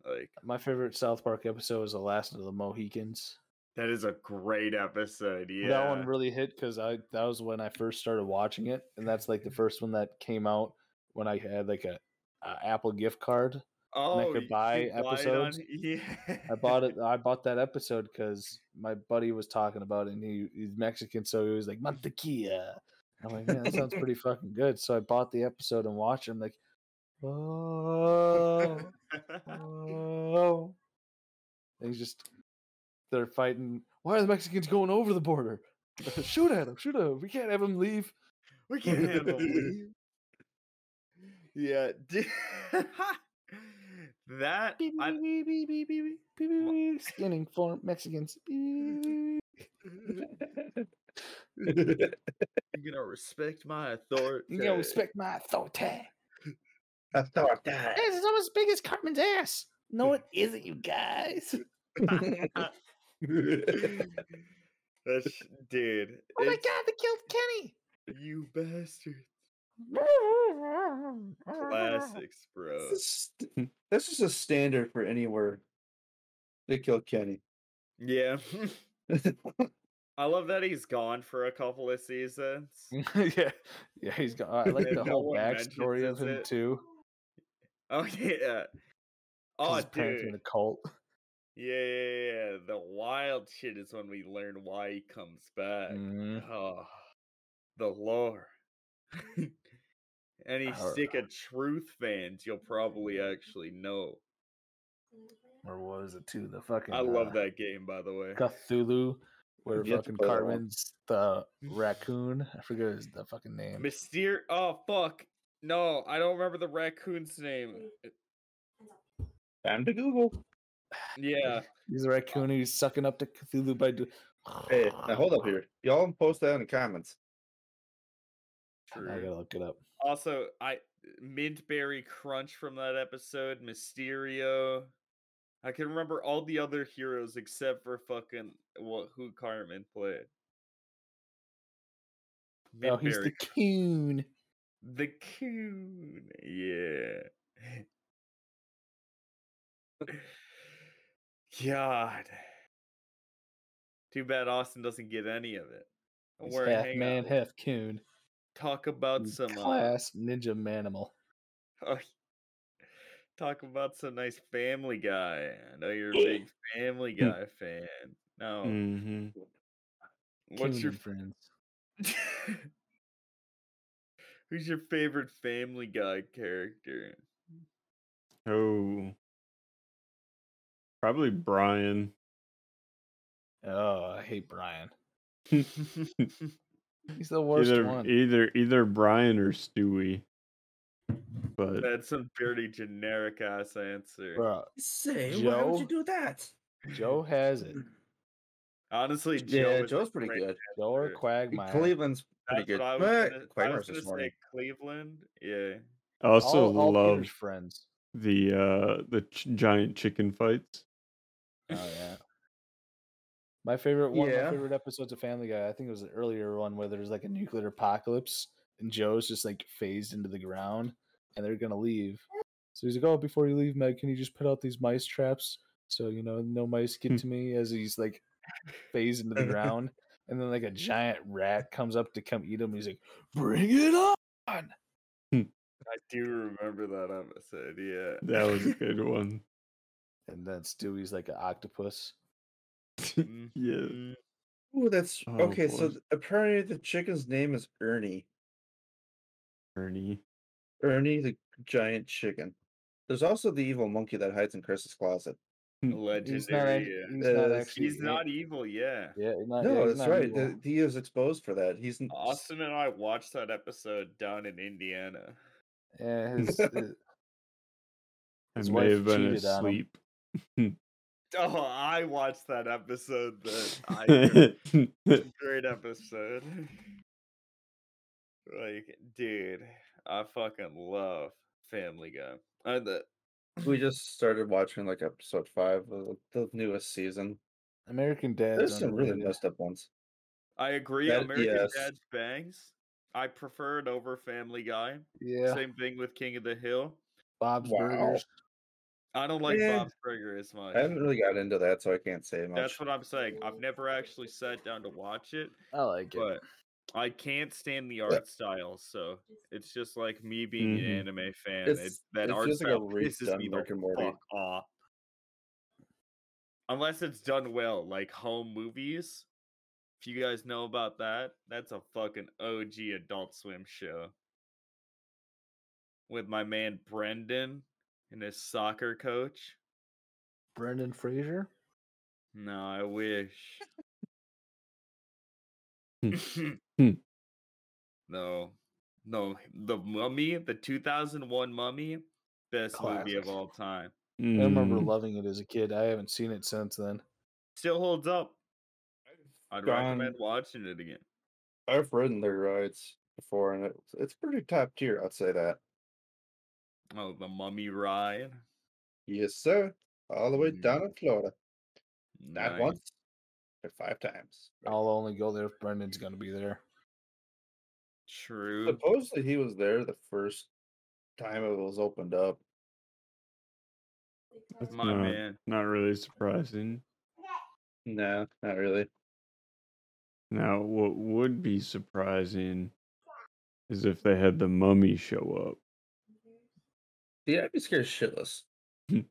[SPEAKER 4] Like
[SPEAKER 3] My favorite South Park episode is the Last of the Mohicans.
[SPEAKER 4] That is a great episode. Yeah.
[SPEAKER 3] That one really hit because I that was when I first started watching it, and that's like the first one that came out when I had like a, a Apple gift card.
[SPEAKER 4] oh,
[SPEAKER 3] could
[SPEAKER 4] you
[SPEAKER 3] buy
[SPEAKER 4] it on-
[SPEAKER 3] episodes.
[SPEAKER 4] yeah. *laughs*
[SPEAKER 3] I bought *laughs* it. I bought that episode because my buddy was talking about it, and he, he's Mexican, so he was like mantequilla. I'm like, man, that sounds pretty fucking good. So I bought the episode and watched. It. I'm like, oh. Oh. And he's just they're fighting. Why are the Mexicans going over the border? *laughs* shoot at him, shoot at him. We can't have him leave.
[SPEAKER 4] we can't handle it. *laughs* Yeah. d- *laughs* that
[SPEAKER 3] Beep,
[SPEAKER 4] I,
[SPEAKER 3] beep, beep, beep, beep, beep, beep, beep, beep, beep, Scanning for Mexicans. *laughs* Beep, beep, beep,
[SPEAKER 2] *laughs*
[SPEAKER 4] I'm gonna respect my authority.
[SPEAKER 3] beep. You gotta respect my authority.
[SPEAKER 2] I thought that.
[SPEAKER 3] This is almost as big as Cartman's ass. No, it isn't, you guys.
[SPEAKER 4] That's dude.
[SPEAKER 3] Oh my Oh
[SPEAKER 4] it's-
[SPEAKER 3] god, they killed Kenny.
[SPEAKER 4] You bastard. Classics,
[SPEAKER 2] Uh,
[SPEAKER 4] bro.
[SPEAKER 2] This *laughs* is st- this is a standard for anywhere they kill Kenny. *laughs*
[SPEAKER 4] Yeah. *laughs* I love that he's gone for a couple of seasons.
[SPEAKER 3] Mm. *laughs* yeah, yeah, he's got. I like
[SPEAKER 4] *laughs*
[SPEAKER 3] the
[SPEAKER 4] No
[SPEAKER 3] whole
[SPEAKER 4] one mentions
[SPEAKER 3] backstory of
[SPEAKER 4] this
[SPEAKER 3] him
[SPEAKER 4] it.
[SPEAKER 3] too.
[SPEAKER 4] Oh *laughs* yeah.
[SPEAKER 3] 'cause
[SPEAKER 4] Oh
[SPEAKER 3] his parents were in
[SPEAKER 4] dude.
[SPEAKER 3] a cult.
[SPEAKER 4] Yeah, yeah, yeah. The wild shit is when we learn why he comes back.
[SPEAKER 3] Mhm.
[SPEAKER 4] Oh, the lore. *laughs* Any
[SPEAKER 3] Our-
[SPEAKER 4] stick of truth fans, you'll probably
[SPEAKER 3] Mm-hmm.
[SPEAKER 4] actually know.
[SPEAKER 3] Or what is it too? The fucking
[SPEAKER 4] I love
[SPEAKER 3] uh,
[SPEAKER 4] that game, by the way.
[SPEAKER 3] Cthulhu, where
[SPEAKER 2] You have to
[SPEAKER 3] fucking
[SPEAKER 2] play that one.
[SPEAKER 3] Cartman's the raccoon. I forget his the fucking name.
[SPEAKER 4] Myster. Oh fuck. No, I don't remember the raccoon's name.
[SPEAKER 3] Mm.
[SPEAKER 4] Uh,
[SPEAKER 2] Time to Google.
[SPEAKER 3] *laughs*
[SPEAKER 4] Yeah.
[SPEAKER 3] He's a raccoon. He's sucking up to Cthulhu by doing.
[SPEAKER 2] Hey, now hold up here. Y'all can post that in the comments.
[SPEAKER 3] *sighs* I gotta look it up.
[SPEAKER 4] Also, I Mintberry Crunch from that episode, Mysterio. I can remember all the other heroes except for fucking what who Carmen played.
[SPEAKER 3] Oh, he's the
[SPEAKER 4] Mintberry-
[SPEAKER 3] coon.
[SPEAKER 4] the coon. Yeah. God. Too bad Austin doesn't get any of it. Don't
[SPEAKER 3] He's
[SPEAKER 4] worry,
[SPEAKER 3] half
[SPEAKER 4] hang
[SPEAKER 3] man,
[SPEAKER 4] on.
[SPEAKER 3] half coon.
[SPEAKER 4] Talk about
[SPEAKER 3] He's
[SPEAKER 4] some uh,
[SPEAKER 3] class ninja manimal.
[SPEAKER 4] Oh, talk about some nice Family Guy. I know you're
[SPEAKER 3] *clears throat*
[SPEAKER 4] a big Family
[SPEAKER 3] Hmm.
[SPEAKER 4] Guy fan.
[SPEAKER 3] Oh.
[SPEAKER 4] No,
[SPEAKER 3] Mm,
[SPEAKER 1] Mm-hmm.
[SPEAKER 4] what's
[SPEAKER 3] Coon
[SPEAKER 4] your
[SPEAKER 3] and friends?
[SPEAKER 4] f- *laughs* who's your favorite Family Guy character?
[SPEAKER 1] Oh, probably Brian.
[SPEAKER 3] Oh, I hate Brian.
[SPEAKER 1] either
[SPEAKER 3] He's the *laughs* worst one.
[SPEAKER 1] either either Brian or Stewie. But
[SPEAKER 4] That's some pretty generic ass answer.
[SPEAKER 3] Bruh,
[SPEAKER 2] Say,
[SPEAKER 3] why would you Joe?
[SPEAKER 2] do that?
[SPEAKER 3] Joe
[SPEAKER 2] *laughs*
[SPEAKER 3] has it.
[SPEAKER 4] Honestly, Joe
[SPEAKER 2] Yeah,
[SPEAKER 4] is
[SPEAKER 2] Joe's
[SPEAKER 4] a
[SPEAKER 2] pretty
[SPEAKER 4] great-
[SPEAKER 2] good.
[SPEAKER 3] Joe or
[SPEAKER 4] Sure.
[SPEAKER 3] Quagmire.
[SPEAKER 2] Cleveland's pretty good.
[SPEAKER 4] That's what I was
[SPEAKER 2] But
[SPEAKER 4] gonna, I
[SPEAKER 2] Quagmire's
[SPEAKER 4] was
[SPEAKER 2] this
[SPEAKER 4] gonna
[SPEAKER 2] morning.
[SPEAKER 4] say Cleveland. Yeah,
[SPEAKER 1] I also
[SPEAKER 3] all, all
[SPEAKER 1] love
[SPEAKER 3] Peter's friends.
[SPEAKER 1] the uh the ch- giant chicken fights.
[SPEAKER 3] Oh yeah. *laughs* My favorite one,
[SPEAKER 2] Yeah.
[SPEAKER 3] my favorite episodes of Family Guy. I think it was the earlier one where there's like a nuclear apocalypse and Joe's just like phased into the ground and they're gonna leave. So he's like, "Oh, before you leave, Meg, can you just put out these mice traps so you know no mice
[SPEAKER 2] Hmm.
[SPEAKER 3] get to me?" As he's like phased
[SPEAKER 2] *laughs*
[SPEAKER 3] into the ground, and then like
[SPEAKER 2] Mm-hmm.
[SPEAKER 3] a giant rat comes up to come eat him. He's like, "Bring it on!"
[SPEAKER 4] I do remember that episode. Yeah,
[SPEAKER 1] That was a good
[SPEAKER 3] *laughs*
[SPEAKER 1] one.
[SPEAKER 3] And then Stewie's like an octopus.
[SPEAKER 1] yeah.
[SPEAKER 2] *laughs*
[SPEAKER 4] Mhm.
[SPEAKER 2] Ooh, that's
[SPEAKER 1] Oh,
[SPEAKER 2] okay. So
[SPEAKER 1] boy.
[SPEAKER 2] th- apparently the chicken's name is Ernie.
[SPEAKER 1] Ernie.
[SPEAKER 2] Ernie the giant chicken. There's also the evil monkey that hides in Chris's closet.
[SPEAKER 3] He's not, act-
[SPEAKER 4] legendary. yeah.
[SPEAKER 3] he's not
[SPEAKER 2] Uh,
[SPEAKER 3] actually.
[SPEAKER 4] He's not evil. Yeah.
[SPEAKER 3] Yeah, he's not, yeah,
[SPEAKER 2] no,
[SPEAKER 3] he's
[SPEAKER 2] that's
[SPEAKER 3] not
[SPEAKER 2] right.
[SPEAKER 3] evil.
[SPEAKER 2] The, he is exposed for that. He's n-
[SPEAKER 4] Austin and I watched that episode down in Indiana.
[SPEAKER 2] *laughs*
[SPEAKER 3] Yeah, his, uh, his-
[SPEAKER 1] I
[SPEAKER 3] His
[SPEAKER 1] may
[SPEAKER 3] wife
[SPEAKER 1] have been
[SPEAKER 3] cheated on him.
[SPEAKER 1] asleep.
[SPEAKER 4] Oh, I watched that episode.
[SPEAKER 2] *laughs*
[SPEAKER 4] That
[SPEAKER 1] *laughs*
[SPEAKER 4] I
[SPEAKER 1] That's
[SPEAKER 4] great episode. *laughs* Like, dude, I fucking love Family Guy. Uh, the
[SPEAKER 2] we just started watching like episode five of the newest season.
[SPEAKER 3] American Dad.
[SPEAKER 2] There's some really messed up ones.
[SPEAKER 4] I agree.
[SPEAKER 2] That-
[SPEAKER 4] American
[SPEAKER 2] yes.
[SPEAKER 4] Dad's bangs. I prefer it over Family Guy.
[SPEAKER 3] Yeah,
[SPEAKER 4] Same thing with King of the Hill.
[SPEAKER 3] Bob's
[SPEAKER 2] Wow.
[SPEAKER 3] Burgers.
[SPEAKER 4] I don't like
[SPEAKER 2] Yeah.
[SPEAKER 4] Bob Burger as much.
[SPEAKER 2] I haven't really got into that, so I can't say much.
[SPEAKER 4] That's what I'm saying. I've never actually sat down to watch it.
[SPEAKER 3] I like it.
[SPEAKER 4] but I can't stand the art style. So it's just like me being
[SPEAKER 1] Mhm.
[SPEAKER 4] an anime fan.
[SPEAKER 2] Mm-hmm. It's-
[SPEAKER 4] It, that
[SPEAKER 2] it's
[SPEAKER 4] art
[SPEAKER 2] just like a
[SPEAKER 4] style pisses
[SPEAKER 2] redone
[SPEAKER 4] me
[SPEAKER 2] Rick and
[SPEAKER 4] the
[SPEAKER 2] Morty.
[SPEAKER 4] fuck off. Unless it's done well, like home movies. If you guys know about that, that's a fucking OG Adult Swim show with my man Brendan and his soccer coach.
[SPEAKER 3] Brendan Fraser.
[SPEAKER 4] No, I *laughs* wish. *laughs*
[SPEAKER 1] Hmm.
[SPEAKER 4] no, no, the Mummy, the 2001 Mummy, best movie
[SPEAKER 3] Classic.
[SPEAKER 4] of all time.
[SPEAKER 3] I *laughs* remember
[SPEAKER 1] Mm,
[SPEAKER 3] loving it as a kid. I haven't seen it since then.
[SPEAKER 4] Still holds up. I'd
[SPEAKER 2] Gone.
[SPEAKER 4] recommend watching it again.
[SPEAKER 2] I've ridden their rides before, and it's, it's pretty top tier. I'd say that.
[SPEAKER 4] Oh, the Mummy ride.
[SPEAKER 2] Yes, sir. All the way down in Florida. Not
[SPEAKER 4] Mm-hmm. Nice.
[SPEAKER 2] once, but five times.
[SPEAKER 3] I'll only go there if Brendan's gonna be there.
[SPEAKER 4] True.
[SPEAKER 2] Supposedly he was there the first time it was opened up.
[SPEAKER 1] That's
[SPEAKER 4] My
[SPEAKER 1] not,
[SPEAKER 4] man.
[SPEAKER 1] not really surprising.
[SPEAKER 2] No, not really.
[SPEAKER 1] Now, what would be surprising is if they had the mummy show up.
[SPEAKER 2] Yeah, I'd be scared
[SPEAKER 4] *laughs*
[SPEAKER 2] shitless. *laughs*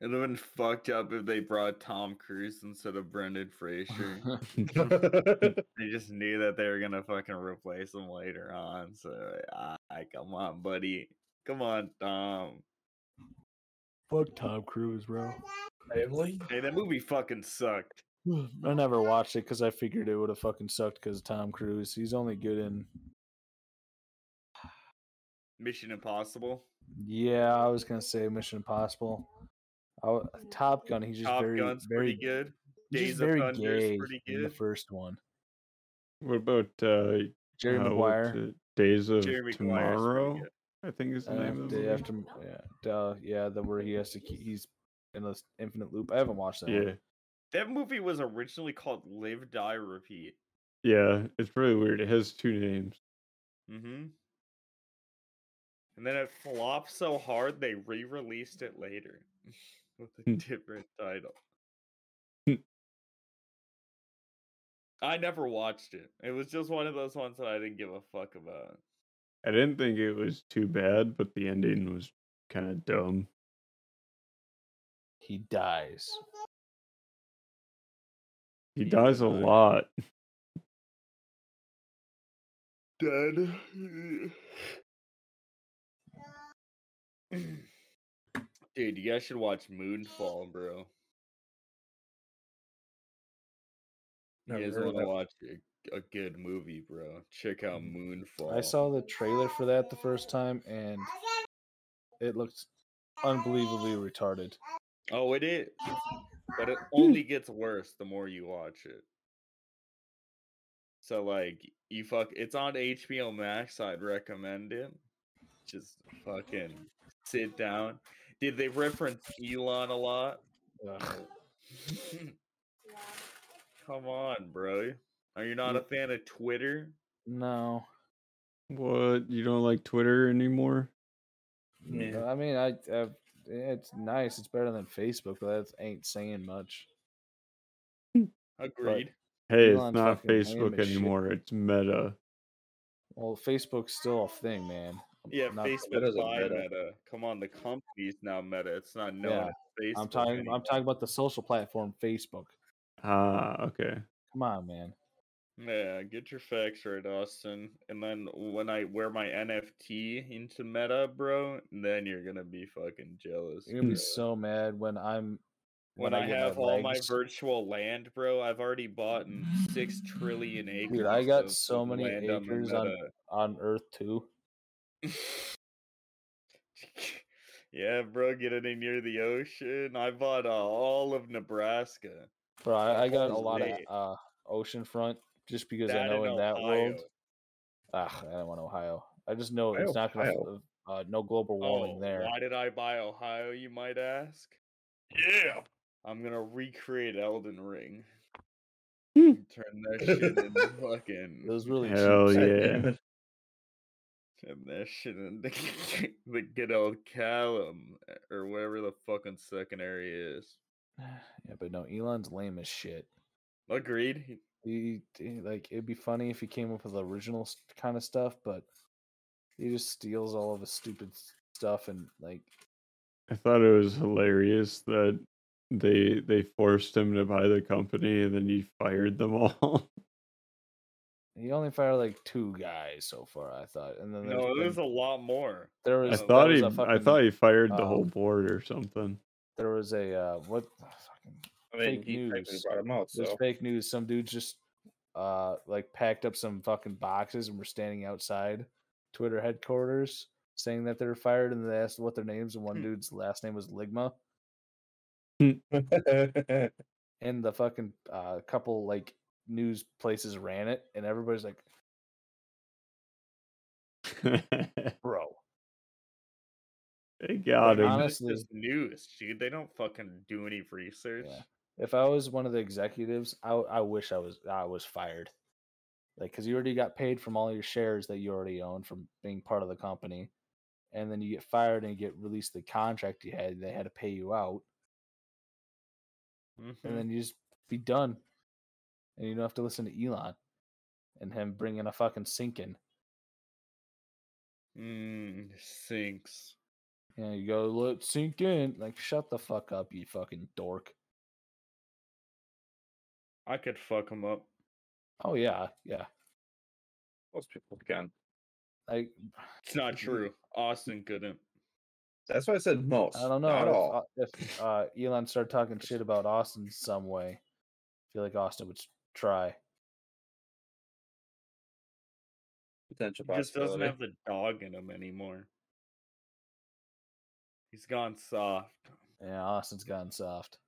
[SPEAKER 4] It would have been fucked up if they brought Tom Cruise instead of Brendan
[SPEAKER 3] *laughs*
[SPEAKER 4] Fraser. they just knew that they were gonna fucking replace him later on. So I, come on, buddy. Come on, Tom.
[SPEAKER 3] Fuck Tom Cruise, bro.
[SPEAKER 5] Family?
[SPEAKER 4] Hey, that movie fucking sucked.
[SPEAKER 3] *sighs* I never watched it because I figured it would have fucking sucked because Tom Cruise. He's only good in.
[SPEAKER 4] Mission Impossible.
[SPEAKER 3] Yeah, I was gonna say Mission Impossible. I w Top Gun. He's just
[SPEAKER 4] Top
[SPEAKER 3] very,
[SPEAKER 4] Gun's
[SPEAKER 3] very,
[SPEAKER 4] pretty good.
[SPEAKER 3] he's
[SPEAKER 4] Days
[SPEAKER 3] just
[SPEAKER 4] of
[SPEAKER 3] very
[SPEAKER 4] Thunder's
[SPEAKER 3] gay
[SPEAKER 4] pretty
[SPEAKER 3] in the
[SPEAKER 4] good.
[SPEAKER 3] first one.
[SPEAKER 1] *laughs* What about uh,
[SPEAKER 3] Jerry
[SPEAKER 1] uh, what's
[SPEAKER 3] Maguire.
[SPEAKER 1] it, Days of
[SPEAKER 4] Jerry Maguire's pretty
[SPEAKER 1] Tomorrow?
[SPEAKER 4] good.
[SPEAKER 1] I think is the
[SPEAKER 3] uh,
[SPEAKER 1] name of the
[SPEAKER 3] Day
[SPEAKER 1] movie.
[SPEAKER 3] after, yeah, uh, yeah, the where he has to keep, he's in this infinite loop. I haven't watched that.
[SPEAKER 1] Yeah,
[SPEAKER 3] One.
[SPEAKER 4] That movie was originally called Live, Die, Repeat.
[SPEAKER 1] yeah. It's really weird. It has two names.
[SPEAKER 4] Mm-hmm. And then it flopped so hard they re-released it later *laughs* with a
[SPEAKER 1] Hmm.
[SPEAKER 4] different title.
[SPEAKER 1] Hmm.
[SPEAKER 4] I never watched it. It was just one of those ones that I didn't give a fuck about.
[SPEAKER 1] I didn't think it was too bad, but the ending was kind of dumb.
[SPEAKER 3] He dies.
[SPEAKER 1] He
[SPEAKER 4] Yeah,
[SPEAKER 1] dies a
[SPEAKER 4] I-
[SPEAKER 1] lot.
[SPEAKER 4] Dead. Dude, you guys should watch Moonfall, bro.
[SPEAKER 2] Never
[SPEAKER 4] you guys
[SPEAKER 2] heard of
[SPEAKER 4] want to
[SPEAKER 2] that.
[SPEAKER 4] watch a, a good movie, bro? Check out Moonfall.
[SPEAKER 3] I saw the trailer for that the first time, and it looks unbelievably retarded.
[SPEAKER 4] Oh, it is. But
[SPEAKER 3] Hmm.
[SPEAKER 4] it only gets worse the more you watch it. So like you fuck it's on HBO Max, I'd recommend it. Just fucking sit down. Did they reference Elon a lot? *laughs*
[SPEAKER 3] Ugh.
[SPEAKER 4] Come on, bro. Are you not a fan of Twitter?
[SPEAKER 3] No,
[SPEAKER 1] What? You don't like Twitter anymore?
[SPEAKER 2] Yeah.
[SPEAKER 3] I mean, I, I've, it's nice. It's better than Facebook, but that ain't saying much.
[SPEAKER 4] Agreed.
[SPEAKER 1] Hey,
[SPEAKER 3] Elon's
[SPEAKER 1] it's not
[SPEAKER 3] fucking lame
[SPEAKER 1] Facebook
[SPEAKER 3] as shit.
[SPEAKER 1] anymore. It's Meta.
[SPEAKER 3] Well, Facebook's still a thing, man.
[SPEAKER 4] yeah,
[SPEAKER 3] not-
[SPEAKER 4] Facebook
[SPEAKER 2] Meta's a
[SPEAKER 4] by meta.
[SPEAKER 2] meta.
[SPEAKER 4] Come on, the company's now meta. It's not known as Facebook.
[SPEAKER 3] I'm talking.
[SPEAKER 4] anymore.
[SPEAKER 3] I'm talking about the social platform Facebook.
[SPEAKER 1] Ah, okay.
[SPEAKER 3] Come on, man.
[SPEAKER 4] Yeah, get your facts right, Austin. And then when I wear my NFT into Meta, bro, then you're gonna be fucking jealous.
[SPEAKER 3] You're gonna
[SPEAKER 4] bro.
[SPEAKER 3] be so mad when I'm
[SPEAKER 4] when I
[SPEAKER 3] get my
[SPEAKER 4] have all my
[SPEAKER 3] legs-
[SPEAKER 4] virtual land, bro, I've already bought in six trillion acres.
[SPEAKER 3] I got
[SPEAKER 4] of
[SPEAKER 3] so many
[SPEAKER 4] land the
[SPEAKER 3] acres on-
[SPEAKER 4] Meta. *laughs*
[SPEAKER 3] on Earth too.
[SPEAKER 4] yeah, bro, get any near the ocean. I bought uh, all of Nebraska.
[SPEAKER 3] But I, I got a
[SPEAKER 4] Because
[SPEAKER 3] lot
[SPEAKER 4] they-
[SPEAKER 3] of uh, oceanfront just because I
[SPEAKER 4] That
[SPEAKER 3] know
[SPEAKER 4] and
[SPEAKER 3] in that
[SPEAKER 4] Ohio.
[SPEAKER 3] world. Ah, I don't want Ohio. I just know
[SPEAKER 2] Why
[SPEAKER 3] it's not going
[SPEAKER 2] Ohio?
[SPEAKER 3] to uh, no global warming
[SPEAKER 4] Oh,
[SPEAKER 3] there.
[SPEAKER 4] why did I buy Ohio? You might ask.
[SPEAKER 2] Yeah.
[SPEAKER 4] I'm gonna recreate Elden Ring.
[SPEAKER 1] Hmm.
[SPEAKER 4] And Turn that
[SPEAKER 3] *laughs*
[SPEAKER 4] shit into fucking.
[SPEAKER 3] It was really
[SPEAKER 1] Hell
[SPEAKER 3] cheap.
[SPEAKER 2] God
[SPEAKER 1] Oh, yeah.
[SPEAKER 2] damn it.
[SPEAKER 4] Turn that shit into *laughs* the good old Callum eh, or whatever the fucking second area
[SPEAKER 3] *sighs*
[SPEAKER 4] is.
[SPEAKER 3] Yeah, but no, Elon's lame as shit.
[SPEAKER 4] Agreed. He-
[SPEAKER 3] He, he- like it'd be funny if he came up with original kind of stuff, but he just steals all of his stupid s- stuff and like
[SPEAKER 1] I thought it was hilarious that they they forced him to buy the company and then he fired them all. *laughs*
[SPEAKER 3] he only fired like two guys so far. I thought, and then there's
[SPEAKER 4] No,
[SPEAKER 3] been-
[SPEAKER 4] there's a lot more.
[SPEAKER 3] there
[SPEAKER 1] I
[SPEAKER 3] was
[SPEAKER 4] that
[SPEAKER 1] thought
[SPEAKER 3] there
[SPEAKER 1] he
[SPEAKER 3] was a
[SPEAKER 1] I
[SPEAKER 3] fucking-
[SPEAKER 1] thought he fired the
[SPEAKER 3] uh,
[SPEAKER 1] whole board or something. *laughs*
[SPEAKER 3] there was a uh, what fucking
[SPEAKER 2] I mean,
[SPEAKER 3] Fake
[SPEAKER 2] he technically
[SPEAKER 3] news.
[SPEAKER 2] brought him out,
[SPEAKER 3] There's
[SPEAKER 2] so
[SPEAKER 3] fake news. Some dudes just uh like packed up some fucking boxes and were standing outside Twitter headquarters saying that they were fired and they asked what their names and one
[SPEAKER 4] Hmm.
[SPEAKER 3] dude's last name was Ligma and the fucking uh couple like news places ran it and everybody's like, Bro,
[SPEAKER 1] they got
[SPEAKER 4] Like,
[SPEAKER 1] him.
[SPEAKER 4] that's
[SPEAKER 3] honestly-
[SPEAKER 4] just news, dude. They don't fucking do any research.
[SPEAKER 3] if I was one of the executives, I I wish I was I was fired. like because you already got paid from all your shares that you already own from being part of the company and then you get fired and you get released the contract you had they had to pay you out
[SPEAKER 4] Mm-hmm.
[SPEAKER 2] Mm.
[SPEAKER 3] and then you just be done and you don't have to listen to elon and him bringing a fucking sink in
[SPEAKER 4] Mm, sinks.
[SPEAKER 3] you know you go let sink in like shut the fuck up you fucking dork
[SPEAKER 4] I could fuck him up.
[SPEAKER 3] oh yeah yeah
[SPEAKER 2] Most people can.
[SPEAKER 3] like
[SPEAKER 4] It's not true. Austin couldn't.
[SPEAKER 2] That's why I said most.
[SPEAKER 3] I don't know.
[SPEAKER 2] Not
[SPEAKER 3] if,
[SPEAKER 2] all.
[SPEAKER 3] uh, If uh, Elon started
[SPEAKER 2] *laughs*
[SPEAKER 3] talking shit about Austin some way, I feel like Austin would s- try.
[SPEAKER 2] Potential
[SPEAKER 4] He just doesn't
[SPEAKER 2] possibility.
[SPEAKER 4] have the dog in him anymore. He's gone soft.
[SPEAKER 3] Yeah, Austin's gotten soft.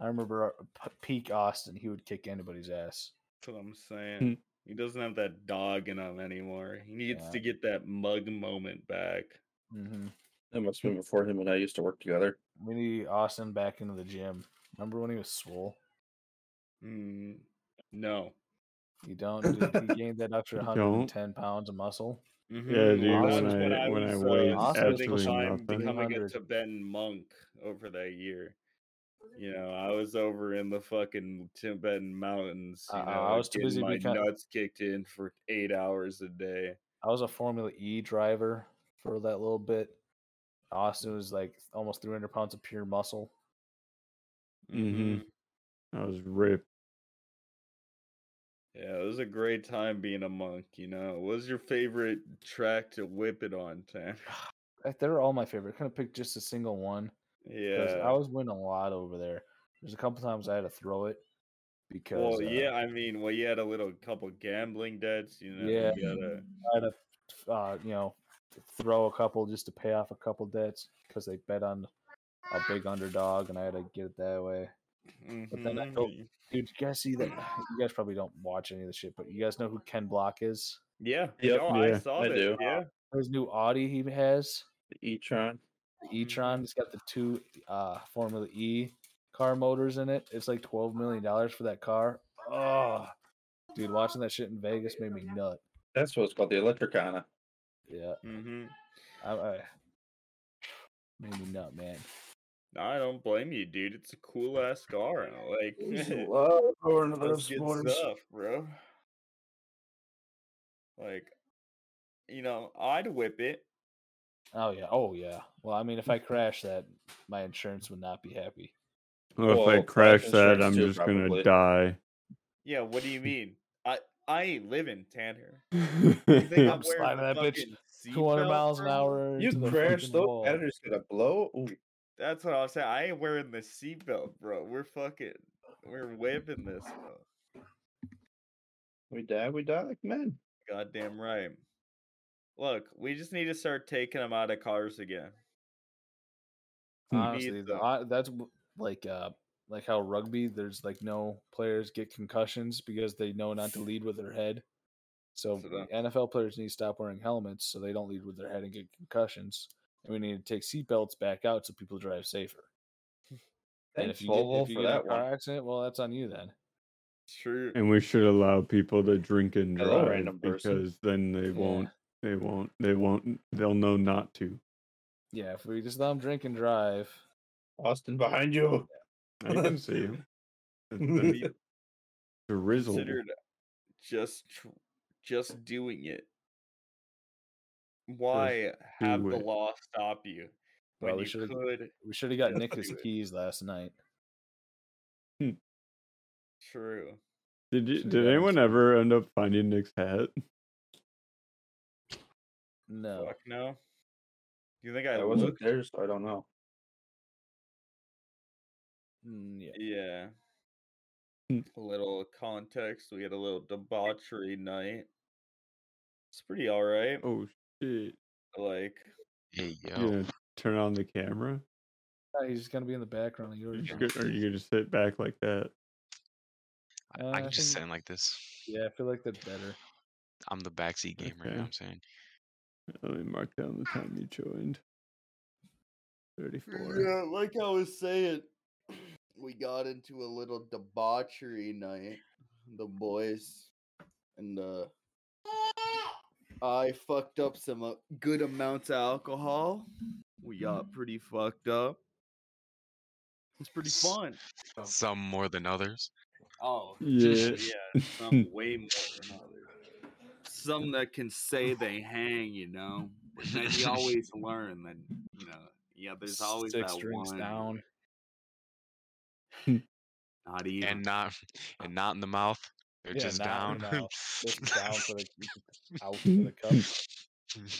[SPEAKER 3] I remember uh, p- peak Austin; he would kick anybody's ass.
[SPEAKER 4] That's what I'm saying. he doesn't have that dog in him anymore. He needs
[SPEAKER 3] Yeah.
[SPEAKER 4] to get that mug moment back.
[SPEAKER 3] Mm-hmm.
[SPEAKER 2] It must have been before him and I used to work together.
[SPEAKER 3] We need Austin back into the gym. Remember when he was swole?
[SPEAKER 4] Mm, no.
[SPEAKER 3] You don't. Dude, he gained that extra
[SPEAKER 4] *laughs*
[SPEAKER 1] Don't.
[SPEAKER 3] 110 pounds of muscle.
[SPEAKER 4] Mm-hmm,
[SPEAKER 1] Yeah, dude,
[SPEAKER 3] when
[SPEAKER 4] is
[SPEAKER 1] I- when I
[SPEAKER 4] was,
[SPEAKER 1] weighed
[SPEAKER 3] absolutely
[SPEAKER 4] time
[SPEAKER 1] nothing.
[SPEAKER 4] becoming a
[SPEAKER 3] 300.
[SPEAKER 4] Tibetan monk over that year. You know, I was over in the fucking Tibetan mountains. You know,
[SPEAKER 3] Uh-uh, I was too
[SPEAKER 4] getting
[SPEAKER 3] busy
[SPEAKER 4] my
[SPEAKER 3] become-
[SPEAKER 4] nuts kicked in for eight hours a day.
[SPEAKER 3] I was a Formula E driver for that little bit. Austin was like almost 300 pounds of pure muscle.
[SPEAKER 1] Mhm. I was ripped.
[SPEAKER 4] Yeah, it was a great time being a monk. You know, what was your favorite track to whip it on, *laughs* Tan?
[SPEAKER 3] Like, Eh, They were all my favorite. I couldn't pick just a single one. 'cause
[SPEAKER 4] Yeah.
[SPEAKER 3] I was winning a lot over there. There's a couple times I had to throw it because
[SPEAKER 4] well,
[SPEAKER 3] uh,
[SPEAKER 4] yeah, I mean, well, you had a little couple gambling debts, you know.
[SPEAKER 3] Yeah.
[SPEAKER 4] You gotta,
[SPEAKER 3] I had to uh, you know throw a couple just to pay off a couple debts because they bet on a big underdog and I had to get it that way. then I
[SPEAKER 4] Mhm,
[SPEAKER 3] go- Dude, you guys see that? *sighs* You guys probably don't watch any of this shit, but you guys know who Ken Block is?
[SPEAKER 4] Yeah.
[SPEAKER 2] Yep.
[SPEAKER 4] no, I
[SPEAKER 1] Yeah,
[SPEAKER 4] saw
[SPEAKER 2] I
[SPEAKER 4] that.
[SPEAKER 2] do.
[SPEAKER 4] Yeah.
[SPEAKER 3] His new Audi he has,
[SPEAKER 2] The e-tron.
[SPEAKER 3] the e-tron. It's got the two uh, Formula E car motors in it. It's like twelve million dollars for that car. Oh, dude, watching that shit in Vegas made me nut.
[SPEAKER 2] That's what it's called, the Electricana.
[SPEAKER 3] Yeah.
[SPEAKER 4] hmm
[SPEAKER 3] I, I *sighs* made me nut, man.
[SPEAKER 4] No, I don't blame you, dude. It's a cool ass car. Like, *laughs* that's
[SPEAKER 2] love going to
[SPEAKER 4] good stuff, bro. Like, you know, I'd whip it.
[SPEAKER 3] Oh yeah, oh yeah. Well, I mean, if I crash that, my insurance would not be happy.
[SPEAKER 1] Well, if I
[SPEAKER 2] Well,
[SPEAKER 1] crash that,
[SPEAKER 2] insurance
[SPEAKER 1] I'm
[SPEAKER 2] too,
[SPEAKER 1] just
[SPEAKER 2] probably.
[SPEAKER 1] gonna die.
[SPEAKER 4] Yeah. What
[SPEAKER 3] *laughs*
[SPEAKER 4] do you mean? I I ain't living, Tanner. You think
[SPEAKER 1] *laughs* yeah,
[SPEAKER 3] I'm sliding that bitch
[SPEAKER 4] fucking
[SPEAKER 3] Two hundred
[SPEAKER 4] seatbelt,
[SPEAKER 3] miles an
[SPEAKER 4] bro?
[SPEAKER 3] hour.
[SPEAKER 2] You
[SPEAKER 3] into the
[SPEAKER 2] crash,
[SPEAKER 3] fucking
[SPEAKER 2] though,
[SPEAKER 3] wall.
[SPEAKER 2] editor's gonna blow. Ooh,
[SPEAKER 4] That's what I was saying. I ain't wearing the seatbelt, bro. We're fucking, we're whipping this, bro.
[SPEAKER 2] we die, we die like men.
[SPEAKER 4] Goddamn right. Look, we just need to start taking them out of cars again.
[SPEAKER 1] You need
[SPEAKER 3] Honestly, the-
[SPEAKER 4] them.
[SPEAKER 3] I, that's w- like uh, like how rugby. There's like no players get concussions because they know not to lead with their head. So
[SPEAKER 4] So that-
[SPEAKER 3] NFL players need to stop wearing helmets so they don't lead with their head and get concussions. And we need to take seatbelts back out so people drive safer. and
[SPEAKER 2] Thanks,
[SPEAKER 3] if you
[SPEAKER 2] Volvo
[SPEAKER 3] get, if you
[SPEAKER 2] for
[SPEAKER 3] get in a
[SPEAKER 2] that
[SPEAKER 3] car
[SPEAKER 2] one.
[SPEAKER 3] accident, well, that's on you then.
[SPEAKER 4] True.
[SPEAKER 1] And we should allow people to drink and
[SPEAKER 2] Hello,
[SPEAKER 1] drive
[SPEAKER 2] random person.
[SPEAKER 1] because then they
[SPEAKER 3] Yeah.
[SPEAKER 1] won't. They won't. They won't. They'll know not to.
[SPEAKER 3] Yeah, if we just let them drink and drive,
[SPEAKER 2] Austin behind you. *laughs*
[SPEAKER 1] I can see him. The drizzle.
[SPEAKER 4] Considered just, tr- just doing it. Why have
[SPEAKER 1] do
[SPEAKER 4] the
[SPEAKER 1] it.
[SPEAKER 4] law stop you when
[SPEAKER 3] Well, we
[SPEAKER 4] you
[SPEAKER 3] should've-
[SPEAKER 4] could?
[SPEAKER 3] we should have got
[SPEAKER 2] Just
[SPEAKER 3] Nick his
[SPEAKER 2] do it.
[SPEAKER 3] keys last night.
[SPEAKER 4] True.
[SPEAKER 1] Did you,
[SPEAKER 3] So
[SPEAKER 1] did
[SPEAKER 3] yeah,
[SPEAKER 1] anyone
[SPEAKER 3] it's-
[SPEAKER 1] ever end up finding Nick's hat? *laughs*
[SPEAKER 3] No,
[SPEAKER 4] Fuck no. Do you think I
[SPEAKER 2] I
[SPEAKER 4] look?
[SPEAKER 2] wasn't there, so I don't know.
[SPEAKER 3] Mm, yeah.
[SPEAKER 4] Yeah.
[SPEAKER 1] Hmm.
[SPEAKER 4] A little context. We had a little debauchery night. It's pretty all right.
[SPEAKER 1] Oh shit!
[SPEAKER 4] Like,
[SPEAKER 5] Hey yo.
[SPEAKER 1] You gonna turn on the camera?
[SPEAKER 3] No, he's just gonna be in the background. He
[SPEAKER 1] Or
[SPEAKER 3] already
[SPEAKER 1] you
[SPEAKER 3] knows.
[SPEAKER 1] gonna- or you gonna just sit back like that?
[SPEAKER 5] I, I
[SPEAKER 3] Uh, I
[SPEAKER 5] can just
[SPEAKER 3] think-
[SPEAKER 5] stand like this.
[SPEAKER 3] Yeah, I feel like they're better.
[SPEAKER 5] I'm the backseat gamer, you know
[SPEAKER 1] Okay.
[SPEAKER 5] what I'm saying?
[SPEAKER 1] Let me mark down the time you joined. Thirty-four.
[SPEAKER 4] yeah, like I was saying, *clears throat* we got into a little debauchery night. The boys. and uh, I fucked up some uh, good amounts of alcohol. We got pretty fucked up. It's pretty
[SPEAKER 5] S-
[SPEAKER 4] fun.
[SPEAKER 3] Oh.
[SPEAKER 5] Some more than others.
[SPEAKER 4] Oh
[SPEAKER 1] Yeah.
[SPEAKER 4] yeah, some
[SPEAKER 1] *laughs*
[SPEAKER 4] way more than others. Some that can say they hang, you know. But then
[SPEAKER 1] *laughs*
[SPEAKER 4] you always learn that you know. Yeah, there's always
[SPEAKER 3] six
[SPEAKER 4] that
[SPEAKER 3] drinks
[SPEAKER 4] one.
[SPEAKER 3] down.
[SPEAKER 4] Not even.
[SPEAKER 5] And not and not in the mouth. They're
[SPEAKER 3] Oh. Yeah,
[SPEAKER 5] just
[SPEAKER 3] not
[SPEAKER 5] down.
[SPEAKER 3] in the mouth,
[SPEAKER 4] *laughs*
[SPEAKER 5] *laughs*
[SPEAKER 3] Just down for the out for the cup.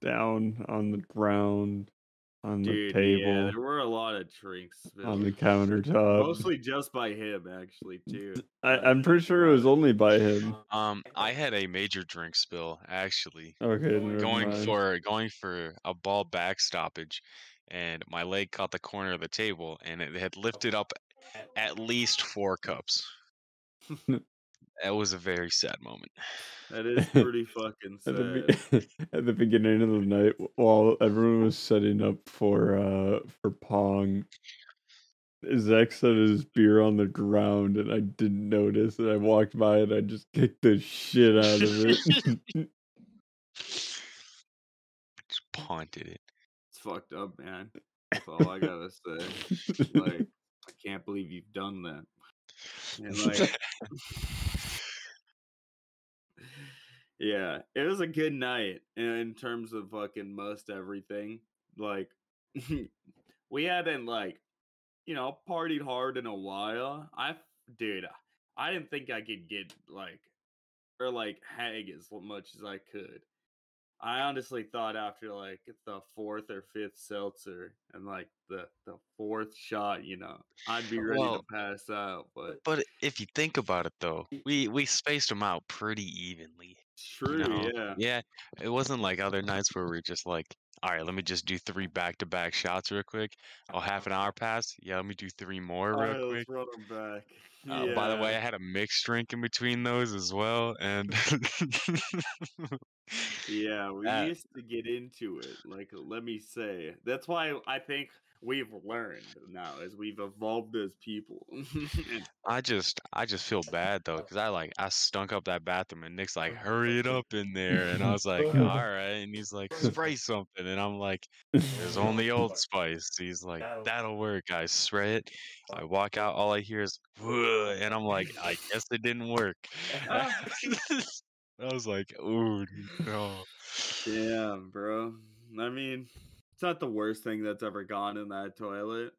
[SPEAKER 1] Down on the ground, on
[SPEAKER 4] Dude,
[SPEAKER 1] the table,
[SPEAKER 4] yeah, there were a lot of drinks
[SPEAKER 1] on
[SPEAKER 4] *laughs*
[SPEAKER 1] the
[SPEAKER 4] spilled.
[SPEAKER 1] countertop.
[SPEAKER 4] mostly just by him, actually, too.
[SPEAKER 1] I, I'm pretty sure it was only by
[SPEAKER 4] *sniffs*
[SPEAKER 1] him.
[SPEAKER 5] Um, I had a major drink spill actually.
[SPEAKER 1] Okay, never
[SPEAKER 5] going
[SPEAKER 1] mind.
[SPEAKER 5] for going for a ball back stoppage, and my leg caught the corner of the table, and it
[SPEAKER 3] Oh.
[SPEAKER 5] had lifted up at least
[SPEAKER 3] *laughs*
[SPEAKER 5] four cups. that was a very sad moment.
[SPEAKER 1] *laughs*
[SPEAKER 4] That is pretty fucking
[SPEAKER 1] at
[SPEAKER 4] sad.
[SPEAKER 1] the, be- *laughs* at the beginning of the night w- while everyone was setting up for uh for pong zach set his beer on the ground and i didn't notice and i walked by and i just kicked the shit out of it
[SPEAKER 5] Just Punted it.
[SPEAKER 4] It's fucked up, man. That's all I gotta say. *laughs* Like, I can't believe you've done that. *laughs* And like, yeah, it was a good night in- in terms of fucking most everything. Like, *laughs* we hadn't like, you know, partied hard in a while. I, dude, I didn't think I could get like, or like hag as much as I could. I honestly thought after like the fourth or fifth seltzer and like the the fourth shot, you know, I'd be ready
[SPEAKER 5] Well,
[SPEAKER 4] to pass out. But
[SPEAKER 5] But if you think about it, though, we we spaced them out pretty evenly.
[SPEAKER 4] True,
[SPEAKER 5] you know?
[SPEAKER 4] yeah.
[SPEAKER 5] Yeah, it wasn't like other nights where we are just like, all right, let me just do three back to back shots real quick. Oh, half an hour passed. Yeah, let me do three more real
[SPEAKER 4] Alright, let's
[SPEAKER 5] quick.
[SPEAKER 4] run 'em back. *laughs*
[SPEAKER 5] Uh, By the way,
[SPEAKER 4] Oh,
[SPEAKER 5] I
[SPEAKER 4] Yeah.
[SPEAKER 5] had a mixed drink in between those as well,
[SPEAKER 4] *laughs*
[SPEAKER 5] and *laughs*
[SPEAKER 4] yeah, we
[SPEAKER 5] that-
[SPEAKER 4] used to get into it. Like, let me say, that's why I think we've learned now as we've evolved as people. *laughs*
[SPEAKER 5] *sighs*
[SPEAKER 4] And
[SPEAKER 5] I just I just feel bad though because I like I stunk up that bathroom and Nick's like hurry it up in there and I was
[SPEAKER 4] *laughs*
[SPEAKER 5] like all right and he's like spray something and I'm like
[SPEAKER 1] *laughs*
[SPEAKER 5] there's only Old Spice he's like that'll work I spray it I walk out all I hear is "Whoa," and I'm like
[SPEAKER 4] *laughs*
[SPEAKER 5] I guess it didn't work *laughs* I was like ooh no
[SPEAKER 4] Damn, bro. I mean, it's not the worst thing that's ever gone in that toilet.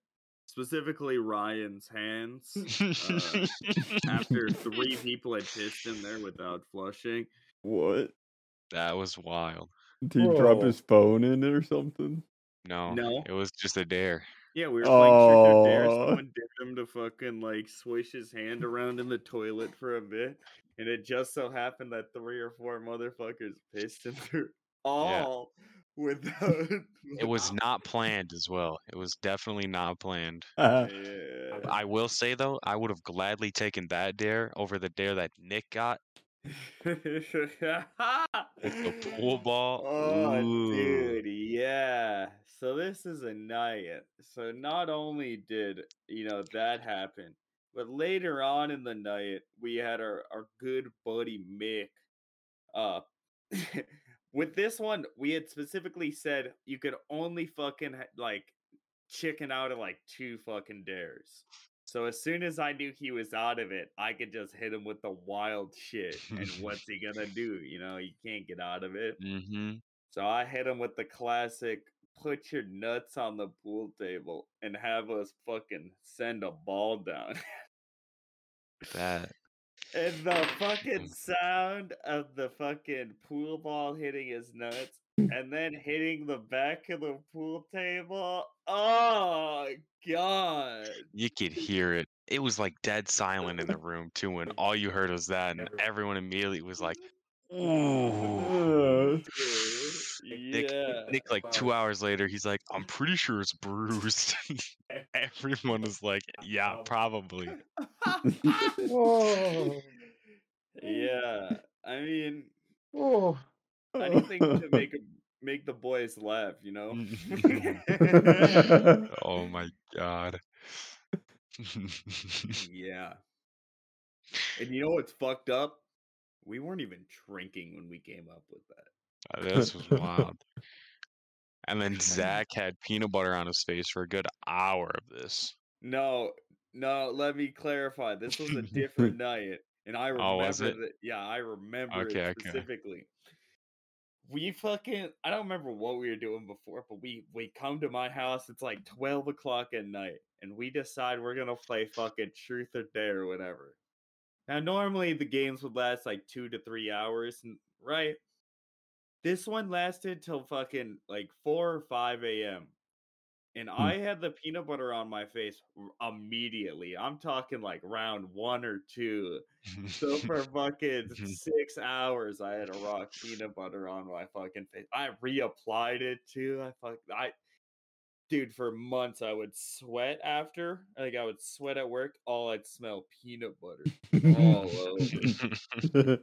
[SPEAKER 4] Specifically, Ryan's hands.
[SPEAKER 5] *laughs*
[SPEAKER 4] Uh, after three people had pissed in there without flushing.
[SPEAKER 1] what
[SPEAKER 5] that was wild
[SPEAKER 1] did he drop
[SPEAKER 3] Bro.
[SPEAKER 1] his phone in it or something *laughs*
[SPEAKER 5] no
[SPEAKER 4] No.
[SPEAKER 5] it was just a dare
[SPEAKER 4] Yeah, we were playing Truth or Dare.
[SPEAKER 1] Aw.
[SPEAKER 4] Someone dared him to fucking like swish his hand around in the toilet for a bit, and it just so happened that three or four motherfuckers pissed him *laughs* through all without.
[SPEAKER 5] it was not planned as well it was definitely not planned
[SPEAKER 4] *laughs*
[SPEAKER 1] *laughs* Ah,
[SPEAKER 4] Yeah.
[SPEAKER 5] I will say though, I would have gladly taken that dare over the dare that Nick got with the
[SPEAKER 4] *laughs*
[SPEAKER 5] pool ball.
[SPEAKER 4] Oh,
[SPEAKER 5] Ooh.
[SPEAKER 4] dude, yeah. So this is a night. So not only did you know that happen, but later on in the night we had our our good buddy Mick. Uh, *laughs* with this one we had specifically said you could only fucking ha- like chicken out of like two fucking dares. So as soon as I knew he was out of it, I could just hit him with the wild shit. And what's he gonna do? You know, you can't get out of it.
[SPEAKER 5] hmm
[SPEAKER 4] So I hit him with the classic put your nuts on the pool table and have us fucking send a ball down. *laughs*
[SPEAKER 5] That
[SPEAKER 4] and the fucking sound of the fucking pool ball hitting his nuts and then hitting the back of the pool table. Oh god.
[SPEAKER 5] you could hear it. It was like dead silent in the room too, and all you heard was that, and everyone immediately
[SPEAKER 4] *laughs*
[SPEAKER 5] was like,
[SPEAKER 1] Oh,
[SPEAKER 5] "Ooh." Nick,
[SPEAKER 4] yeah.
[SPEAKER 5] Nick, like two hours later, he's like, "I'm pretty sure it's bruised." *laughs* everyone is like, "Yeah,
[SPEAKER 4] *laughs*
[SPEAKER 5] probably." *laughs*
[SPEAKER 3] Oh,
[SPEAKER 4] yeah. I mean,
[SPEAKER 3] oh.
[SPEAKER 4] anything to
[SPEAKER 1] *laughs*
[SPEAKER 5] *laughs*
[SPEAKER 4] make 'em- make the boys laugh, you know.
[SPEAKER 1] Mm-hmm. *laughs*
[SPEAKER 4] *laughs*
[SPEAKER 5] *laughs* oh my god.
[SPEAKER 4] yeah. And you know what's fucked up? We weren't even drinking when we came up with that.
[SPEAKER 5] Uh, This was wild. And then Zach had peanut butter on his face for a good hour of this.
[SPEAKER 4] No, no, let me clarify. This was a
[SPEAKER 5] *laughs*
[SPEAKER 4] different night. And I remember
[SPEAKER 5] Oh, was it?
[SPEAKER 4] that yeah, I remember
[SPEAKER 5] Okay,
[SPEAKER 4] it
[SPEAKER 5] okay.
[SPEAKER 4] specifically. We fucking I don't remember what we were doing before, but we we come to my house, it's like twelve o'clock at night, and we decide we're gonna play fucking truth or dare or whatever. Now normally the games would last like two to three hours, n- right? This one lasted till fucking like four or five AM. And
[SPEAKER 5] Hmm.
[SPEAKER 4] I had the peanut butter on my face r- immediately. I'm talking like round one or two.
[SPEAKER 5] *laughs*
[SPEAKER 4] So for fucking
[SPEAKER 5] Mhm.
[SPEAKER 4] six hours, I had a rock peanut butter on my fucking face. I reapplied it too. I fuck I, dude, for months I would sweat after. Like I would sweat at work. All I'd smell peanut butter
[SPEAKER 1] Oh.
[SPEAKER 4] all
[SPEAKER 1] *laughs*
[SPEAKER 4] over.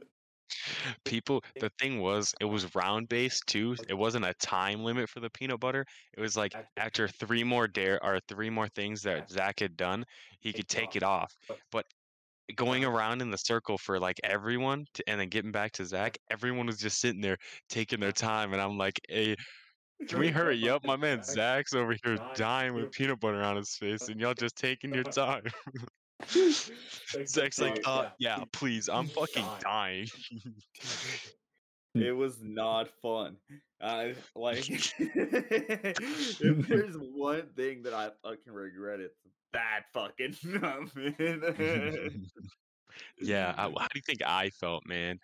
[SPEAKER 5] People, the thing was, it was round based too. It wasn't a time limit for the peanut butter. It was like after three more dare or three more things that Zach had done, he could take it off. But going around in the circle for like everyone to, and then getting back to Zach, everyone was just sitting there taking their time. And I'm like, hey, can we hurry up? My man Zach's over here dying with peanut butter on his face, and y'all *laughs* just taking your time. Zach's like, uh, yeah, please, I'm fucking dying.
[SPEAKER 4] It was not fun. I like *laughs* if there's one thing that I fucking regret, it's that fucking *laughs* moment.
[SPEAKER 5] yeah, I, how do you think I felt, man?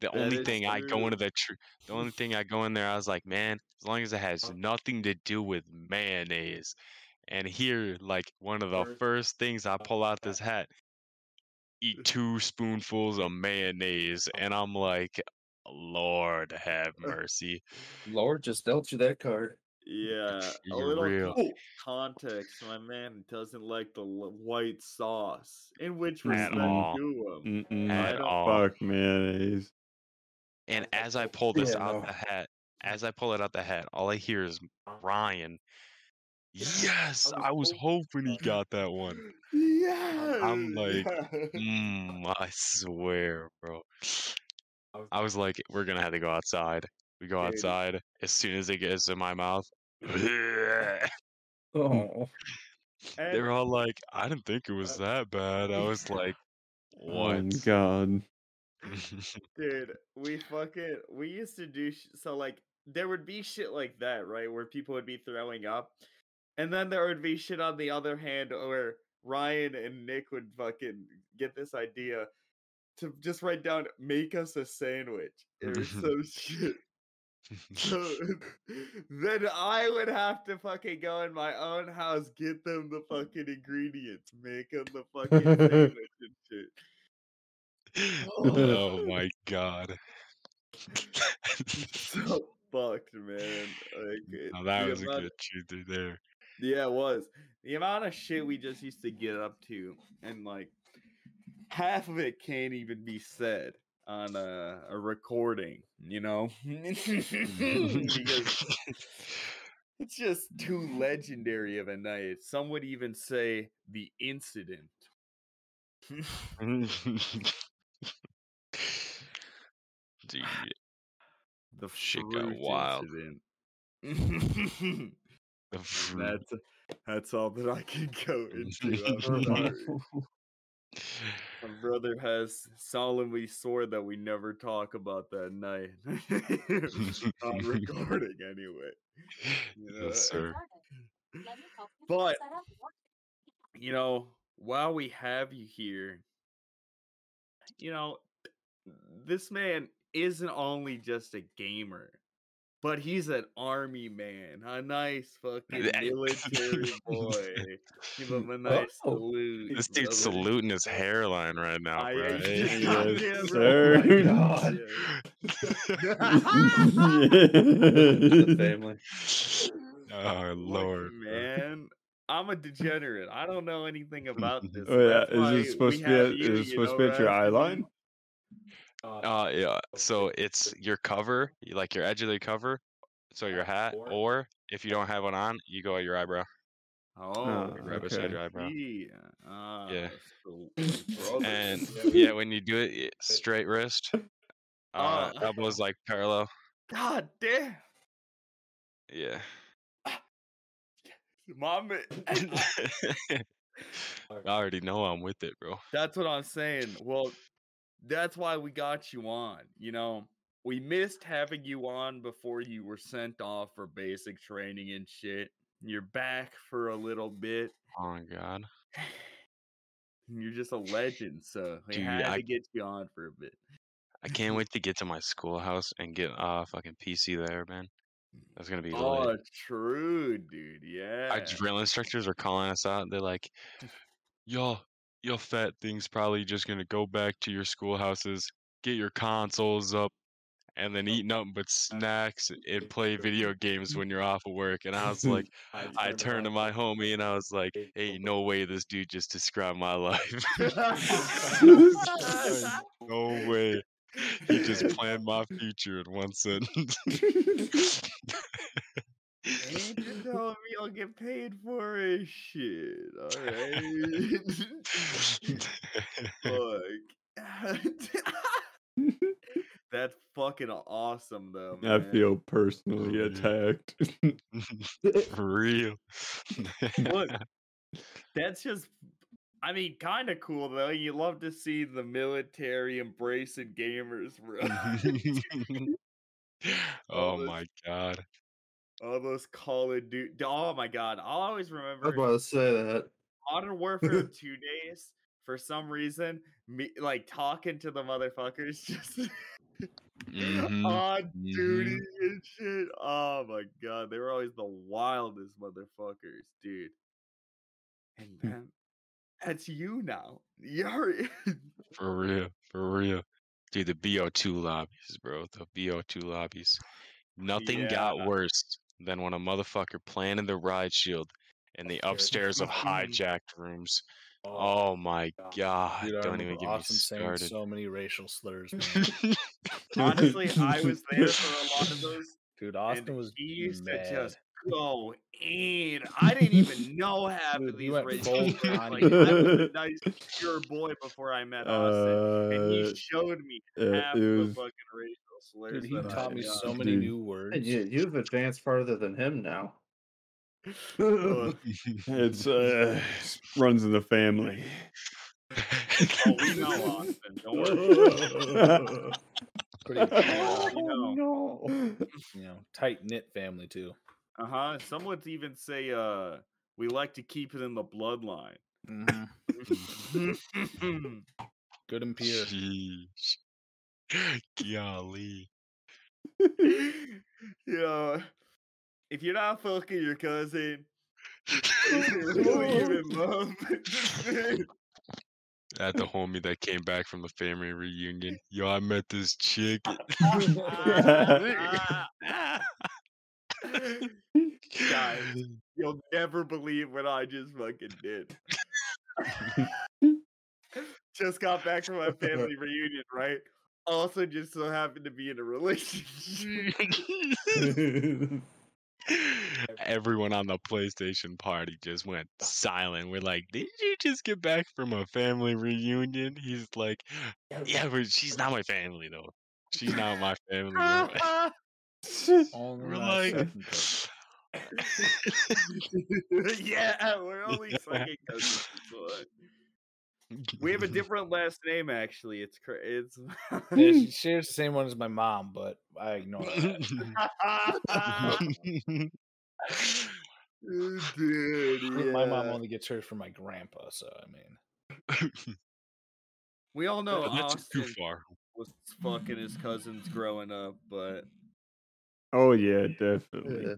[SPEAKER 5] The
[SPEAKER 4] That
[SPEAKER 5] only
[SPEAKER 4] is
[SPEAKER 5] thing I go
[SPEAKER 4] true.
[SPEAKER 5] into the tr- the only thing I go in there, I was like, man, as long as it
[SPEAKER 4] Oh.
[SPEAKER 5] has nothing to do with mayonnaise, and here, like one of the first things I pull out this hat,
[SPEAKER 4] *laughs*
[SPEAKER 5] eat two spoonfuls of mayonnaise, and I'm like, Lord have mercy.
[SPEAKER 2] Lord just dealt you that card.
[SPEAKER 4] yeah, a
[SPEAKER 5] You're
[SPEAKER 4] little
[SPEAKER 5] real.
[SPEAKER 4] co- context. My man doesn't like the l- white sauce. In
[SPEAKER 1] At
[SPEAKER 4] which respect
[SPEAKER 5] all. Mm,
[SPEAKER 4] to him?
[SPEAKER 1] Mm-mm.
[SPEAKER 4] I
[SPEAKER 5] At
[SPEAKER 4] don't
[SPEAKER 5] all.
[SPEAKER 1] Fuck mayonnaise.
[SPEAKER 5] And as I pull this
[SPEAKER 2] Yeah,
[SPEAKER 5] out
[SPEAKER 2] no.
[SPEAKER 5] the hat, as I pull it out the hat, all I hear is Ryan. Yes, I was hoping he got that one.
[SPEAKER 4] Yeah,
[SPEAKER 5] I'm like,
[SPEAKER 4] yeah.
[SPEAKER 5] Mm, I swear, bro. I was like, we're gonna have to go outside. We go
[SPEAKER 4] Dude.
[SPEAKER 5] outside. As soon as it gets in my mouth, *laughs* they're
[SPEAKER 2] *laughs*
[SPEAKER 3] *laughs*
[SPEAKER 2] Oh,
[SPEAKER 4] And-
[SPEAKER 5] all like, I didn't think it was that bad. I *laughs* was like,
[SPEAKER 1] Oh,
[SPEAKER 4] *laughs*
[SPEAKER 5] what?
[SPEAKER 1] God.
[SPEAKER 4] Dude, we fucking we used to do sh- so like there would be shit like that, right? Where people would be throwing up, and then there would be shit on the other hand where Ryan and Nick would fucking get this idea to just write down "make us a sandwich"
[SPEAKER 5] *laughs*
[SPEAKER 4] or some *laughs* shit. So *laughs* then I would have to fucking go in my own house, get them the fucking ingredients, make them the fucking sandwich and shit. *laughs*
[SPEAKER 5] *laughs* oh my *laughs* god.
[SPEAKER 4] so fucked, man. Like, it-
[SPEAKER 5] Now Oh, that
[SPEAKER 4] the
[SPEAKER 5] was a
[SPEAKER 4] amount-
[SPEAKER 5] good shooter there.
[SPEAKER 4] Yeah, it was. The amount of shit we just used to get up to, and like half of it can't even be said on a, a recording, you know? *laughs*
[SPEAKER 5] Mm-hmm.
[SPEAKER 4] *laughs*
[SPEAKER 5] *laughs*
[SPEAKER 4] because it's just too legendary of a night. Some would even say the incident. *laughs* *sighs*
[SPEAKER 5] Dude,
[SPEAKER 4] The
[SPEAKER 5] Shit got
[SPEAKER 4] fruit
[SPEAKER 5] wild. Mm.
[SPEAKER 4] Incident. *laughs*
[SPEAKER 5] the fruit.
[SPEAKER 4] that's that's all that I can
[SPEAKER 5] *laughs*
[SPEAKER 4] go into. I'm sorry. My brother has solemnly swore that we never talk about that night. *laughs* On
[SPEAKER 5] *laughs*
[SPEAKER 4] recording, anyway. Yeah.
[SPEAKER 5] yes, sir.
[SPEAKER 4] But, you know, while we have you here, you know, this man isn't only just a gamer, but he's an army man, a nice fucking
[SPEAKER 1] *laughs*
[SPEAKER 4] military boy. Give him a nice
[SPEAKER 2] Oh.
[SPEAKER 4] salute.
[SPEAKER 5] This dude's
[SPEAKER 4] brother.
[SPEAKER 5] saluting his hairline right now,
[SPEAKER 4] I- *laughs*
[SPEAKER 5] bro.
[SPEAKER 4] yeah,
[SPEAKER 5] Hey,
[SPEAKER 4] yeah,
[SPEAKER 1] *laughs*
[SPEAKER 4] bro.
[SPEAKER 5] yo.
[SPEAKER 1] sir.
[SPEAKER 4] Like, *laughs*
[SPEAKER 2] God. the
[SPEAKER 1] Yeah.
[SPEAKER 2] family.
[SPEAKER 5] oh
[SPEAKER 4] Look,
[SPEAKER 5] lord, bro.
[SPEAKER 4] man. I'm a degenerate. I don't know anything about
[SPEAKER 1] *laughs*
[SPEAKER 4] this.
[SPEAKER 1] *laughs* Oh, yeah.
[SPEAKER 4] That's why
[SPEAKER 1] Is it supposed
[SPEAKER 4] we
[SPEAKER 1] to be,
[SPEAKER 4] have
[SPEAKER 1] at,
[SPEAKER 4] you,
[SPEAKER 1] is it
[SPEAKER 4] you
[SPEAKER 1] supposed
[SPEAKER 4] know,
[SPEAKER 1] to be at your
[SPEAKER 4] Raf?
[SPEAKER 1] eye line?
[SPEAKER 5] Uh, yeah. So it's your cover, y- like your edge of the cover, so your hat, or if you don't have one on, you go at your eyebrow.
[SPEAKER 4] Oh,
[SPEAKER 5] right beside
[SPEAKER 1] okay.
[SPEAKER 5] your eyebrow.
[SPEAKER 4] yeah. Ah,
[SPEAKER 5] Yeah. *laughs*
[SPEAKER 4] so- *laughs* brother.
[SPEAKER 5] And yeah, when you do it, y-
[SPEAKER 4] *laughs*
[SPEAKER 5] straight wrist, uh,
[SPEAKER 4] Oh.
[SPEAKER 5] elbows like parallel.
[SPEAKER 4] *laughs* God damn,
[SPEAKER 5] Yeah.
[SPEAKER 4] mom. eh,
[SPEAKER 5] *laughs* I already know I'm with it, bro.
[SPEAKER 4] That's what I'm saying. Well, that's why we got you on. You know, we missed having you on before you were sent off for basic training and shit. You're back for a little bit.
[SPEAKER 5] Oh my god.
[SPEAKER 4] and You're just a legend, so we
[SPEAKER 5] Dude,
[SPEAKER 4] had
[SPEAKER 5] I-
[SPEAKER 4] to get you on for a bit.
[SPEAKER 5] I can't wait to get to my schoolhouse and get uh fucking PC there, man. That's gonna be lit.
[SPEAKER 4] Oh, true, dude. Yeah.
[SPEAKER 5] Our drill instructors are calling us out. They're like, "Y'all, your fat thing's probably just gonna go back to your schoolhouses, get your consoles up, and then eat nothing but snacks and play video games when you're off of work." And I was *laughs* like, I turned to my homie and I was like, "Ain't no way this dude just described my *laughs* life.
[SPEAKER 4] *laughs*
[SPEAKER 5] *laughs* There's no way." He just planned my future in one sentence. *laughs*
[SPEAKER 4] Ain't
[SPEAKER 1] *laughs*
[SPEAKER 4] you telling me I'll get paid for it? Shit. All right. *laughs* Fuck. *laughs* That's fucking awesome, though.
[SPEAKER 1] I
[SPEAKER 4] Man.
[SPEAKER 1] feel personally
[SPEAKER 5] Oh, Yeah.
[SPEAKER 1] attacked. *laughs*
[SPEAKER 5] For real. *laughs*
[SPEAKER 4] Look, that's just. I mean, kind of cool though. You love to see the military embracing
[SPEAKER 1] *laughs*
[SPEAKER 4] gamers, bro. *laughs*
[SPEAKER 5] oh
[SPEAKER 4] this-
[SPEAKER 5] my god.
[SPEAKER 4] All those Call of Duty. Oh my god! I always
[SPEAKER 2] I was
[SPEAKER 4] remember
[SPEAKER 2] about to say that.
[SPEAKER 1] *laughs*
[SPEAKER 4] Modern Warfare Two days. For some reason, me like talking to the motherfuckers *laughs* just
[SPEAKER 3] Mm-hmm.
[SPEAKER 5] Mhm,
[SPEAKER 4] on
[SPEAKER 5] mhm.
[SPEAKER 4] duty Ah, and shit. Oh my god, they were always the wildest motherfuckers, dude. And
[SPEAKER 3] Hmm.
[SPEAKER 4] that, that's you now. You're
[SPEAKER 3] *laughs*
[SPEAKER 5] For real. For real. Dude, the BO2 lobbies, bro. The BO2 lobbies. Nothing got worse than when a motherfucker planted the ride shield in the upstairs of hijacked rooms. Oh my god.
[SPEAKER 3] Dude, I
[SPEAKER 5] Don't
[SPEAKER 3] remember
[SPEAKER 5] even get
[SPEAKER 3] Austin
[SPEAKER 5] me
[SPEAKER 3] saying
[SPEAKER 5] started.
[SPEAKER 3] so many racial slurs.
[SPEAKER 4] *laughs*
[SPEAKER 3] man.
[SPEAKER 5] *laughs*
[SPEAKER 4] honestly,
[SPEAKER 3] *laughs*
[SPEAKER 4] I was there for a lot of those.
[SPEAKER 3] Dude, Austin was
[SPEAKER 4] he used
[SPEAKER 3] mad.
[SPEAKER 4] to just go in. I didn't even know half
[SPEAKER 3] Dude,
[SPEAKER 4] of
[SPEAKER 3] he
[SPEAKER 4] these
[SPEAKER 3] went
[SPEAKER 4] racial
[SPEAKER 3] full
[SPEAKER 4] slurs. Like, I
[SPEAKER 3] Kanye.
[SPEAKER 4] was
[SPEAKER 3] *laughs*
[SPEAKER 4] a nice, pure boy before I met Austin, and
[SPEAKER 1] Uh,
[SPEAKER 4] he showed me
[SPEAKER 1] it-
[SPEAKER 4] half
[SPEAKER 1] it
[SPEAKER 4] the
[SPEAKER 1] was-
[SPEAKER 4] fucking racial slurs.
[SPEAKER 3] Dude, he
[SPEAKER 4] that I
[SPEAKER 3] taught me
[SPEAKER 4] got.
[SPEAKER 3] so many
[SPEAKER 1] Dude.
[SPEAKER 3] new words.
[SPEAKER 2] And you, you've advanced farther than him now.
[SPEAKER 4] *laughs*
[SPEAKER 1] *laughs*
[SPEAKER 4] Ugh.
[SPEAKER 1] it's
[SPEAKER 5] *laughs*
[SPEAKER 1] uh, runs in the
[SPEAKER 4] *laughs*
[SPEAKER 1] family.
[SPEAKER 4] Oh, we know Austin. Don't worry.
[SPEAKER 1] *laughs*
[SPEAKER 3] *laughs*
[SPEAKER 4] *laughs*
[SPEAKER 3] Pretty,
[SPEAKER 4] Oh, we know.
[SPEAKER 3] you know, tight knit family too.
[SPEAKER 4] Uh huh. Some would even say, uh, we like to keep it in the bloodline. *laughs*
[SPEAKER 3] Mm-hmm. Good and
[SPEAKER 4] *laughs*
[SPEAKER 3] pure.
[SPEAKER 5] Jeez.
[SPEAKER 3] *laughs*
[SPEAKER 5] Golly. *laughs*
[SPEAKER 4] yeah. If you're not fucking your cousin, *laughs* you should really give him love.
[SPEAKER 5] I had the homie that came back from the family reunion. Yo, I met this chick.
[SPEAKER 3] Ah,
[SPEAKER 4] Guys. *laughs* You'll never believe what I just fucking did. just got back from my family reunion, right? Also, just so happened to be in a relationship.
[SPEAKER 5] *laughs* Everyone on the PlayStation party just went silent. We're like, "Did you just get back from a family reunion?" He's like, "Yeah, but she's not my family though. She's not my family."
[SPEAKER 3] Ah.
[SPEAKER 5] though."
[SPEAKER 3] Only
[SPEAKER 5] We're
[SPEAKER 3] last
[SPEAKER 5] like,
[SPEAKER 3] second though.
[SPEAKER 4] *laughs* yeah, we're only second cousins. but We
[SPEAKER 5] *laughs*
[SPEAKER 4] have a different last name, actually. It's cra- it's. *laughs*
[SPEAKER 3] Yeah, she shares the same one as my mom, but I ignore
[SPEAKER 4] *laughs*
[SPEAKER 3] that.
[SPEAKER 4] Dude,
[SPEAKER 3] My mom
[SPEAKER 4] yeah.
[SPEAKER 3] only gets hers from my grandpa, so I
[SPEAKER 4] *laughs*
[SPEAKER 3] mean,
[SPEAKER 5] *laughs*
[SPEAKER 4] We all know
[SPEAKER 5] That's too
[SPEAKER 4] Austin
[SPEAKER 5] far.
[SPEAKER 4] was fucking his cousins growing up, but
[SPEAKER 1] Oh yeah, definitely.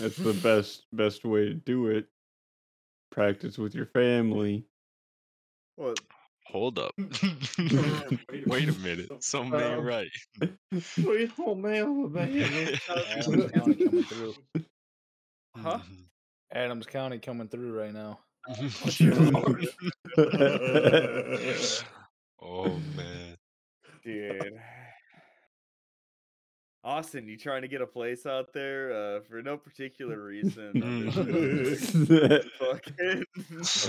[SPEAKER 1] That's the best best way to do it. Practice with your family.
[SPEAKER 4] well,
[SPEAKER 5] Hold up. *laughs* *laughs* Wait a minute. *laughs* Something ain't
[SPEAKER 2] Um,
[SPEAKER 5] right.
[SPEAKER 2] *laughs* Wait, oh man, *laughs* man.
[SPEAKER 5] *laughs*
[SPEAKER 3] Adams County coming through.
[SPEAKER 4] huh?
[SPEAKER 3] Adams County coming through right now.
[SPEAKER 5] oh man. *laughs*
[SPEAKER 4] Dude, Austin, you trying to get a place out there uh, for no particular reason. other than
[SPEAKER 1] *laughs*
[SPEAKER 4] fucking-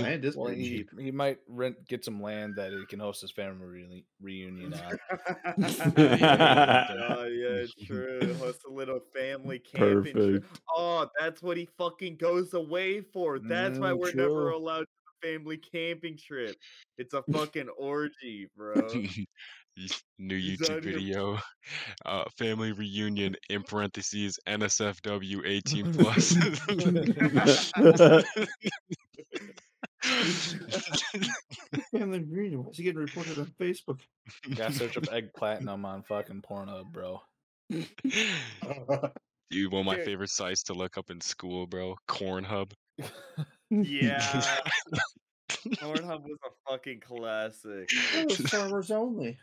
[SPEAKER 4] *laughs*
[SPEAKER 2] Land is
[SPEAKER 3] Well,
[SPEAKER 2] pretty
[SPEAKER 3] he,
[SPEAKER 2] cheap. *laughs*
[SPEAKER 3] he might rent get some land that he can host his family reuni- reunion on.
[SPEAKER 4] *laughs* Oh yeah, true. Host a little family camping trip.
[SPEAKER 1] *laughs* Perfect. *laughs*
[SPEAKER 4] Oh, that's what he fucking goes away for. That's why
[SPEAKER 3] Mm,
[SPEAKER 4] we're
[SPEAKER 3] true.
[SPEAKER 4] never allowed to do a family camping trip. It's a fucking orgy, bro.
[SPEAKER 5] *laughs* New
[SPEAKER 4] He's
[SPEAKER 5] YouTube
[SPEAKER 4] out here-
[SPEAKER 5] video, uh, family *laughs* reunion in parentheses NSFW *laughs* 18 plus. Uh,
[SPEAKER 2] Family reunion. Why is he getting reported on *laughs* Facebook?
[SPEAKER 3] Gotta search up egg platinum on fucking Pornhub, bro.
[SPEAKER 5] Dude, one of my
[SPEAKER 4] Dude.
[SPEAKER 5] favorite sites to look up in school, bro. Cornhub. *laughs*
[SPEAKER 4] Yeah. Pornhub was a fucking classic.
[SPEAKER 2] *laughs* farmers only.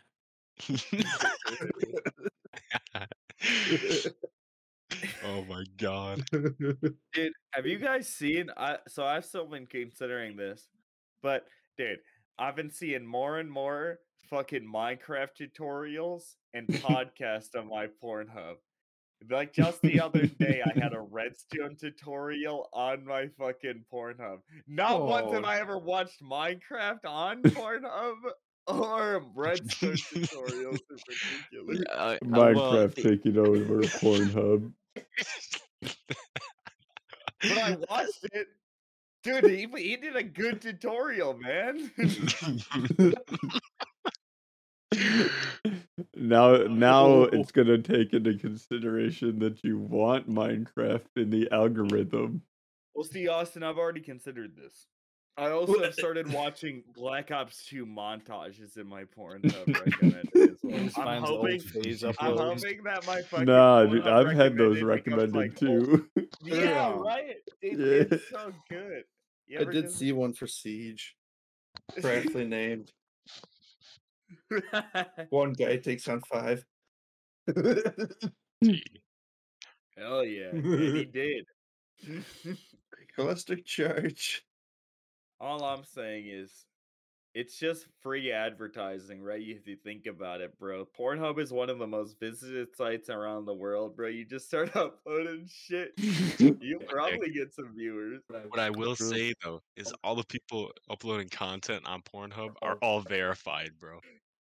[SPEAKER 5] oh my god.
[SPEAKER 4] Dude, have you guys seen? I so I've still been considering this, but dude, I've been seeing more and more fucking Minecraft tutorials and podcasts on my Pornhub. Like just the other day, I had a redstone tutorial on my fucking Pornhub. Not once have
[SPEAKER 2] Oh.
[SPEAKER 4] I ever watched Minecraft on Pornhub or redstone tutorials in particular.
[SPEAKER 5] Uh,
[SPEAKER 1] Minecraft *laughs* taking over Pornhub.
[SPEAKER 4] But I watched it. Dude, he, he did a good tutorial, man. *laughs*
[SPEAKER 1] Now,
[SPEAKER 5] Oh.
[SPEAKER 1] now it's gonna take into consideration that you want Minecraft in the algorithm.
[SPEAKER 4] Well, see, Austin, I've already considered this. I also have started watching Black Ops 2 montages in my Pornhub
[SPEAKER 1] *laughs*
[SPEAKER 4] recommended as well.
[SPEAKER 3] Just
[SPEAKER 4] I'm
[SPEAKER 3] finds old
[SPEAKER 4] hoping,
[SPEAKER 3] phase
[SPEAKER 4] *laughs* I'm
[SPEAKER 3] uploads.
[SPEAKER 4] hoping that my fucking
[SPEAKER 1] Nah, dude,
[SPEAKER 4] Pornhub
[SPEAKER 1] I've had those
[SPEAKER 4] recommended becomes,
[SPEAKER 1] recommended
[SPEAKER 4] like, old-
[SPEAKER 1] too. *laughs*
[SPEAKER 4] *laughs* Yeah,
[SPEAKER 2] Yeah.
[SPEAKER 4] right. It,
[SPEAKER 1] Yeah.
[SPEAKER 4] It's so good. You
[SPEAKER 2] I
[SPEAKER 4] ever
[SPEAKER 2] did
[SPEAKER 4] just- *laughs*
[SPEAKER 2] see one for *laughs* Siege, correctly named. One guy takes on five. *laughs*
[SPEAKER 4] Hell yeah,
[SPEAKER 1] *laughs*
[SPEAKER 4] and he did. *laughs*
[SPEAKER 2] Elastic charge.
[SPEAKER 4] All I'm saying is, it's just free advertising, right? If you think about it, bro. Pornhub is one of the most visited sites around the world, bro. You just start *laughs* uploading shit, you'll probably get some viewers.
[SPEAKER 5] *laughs* What I will say though is all the people uploading content on Pornhub are all verified, bro.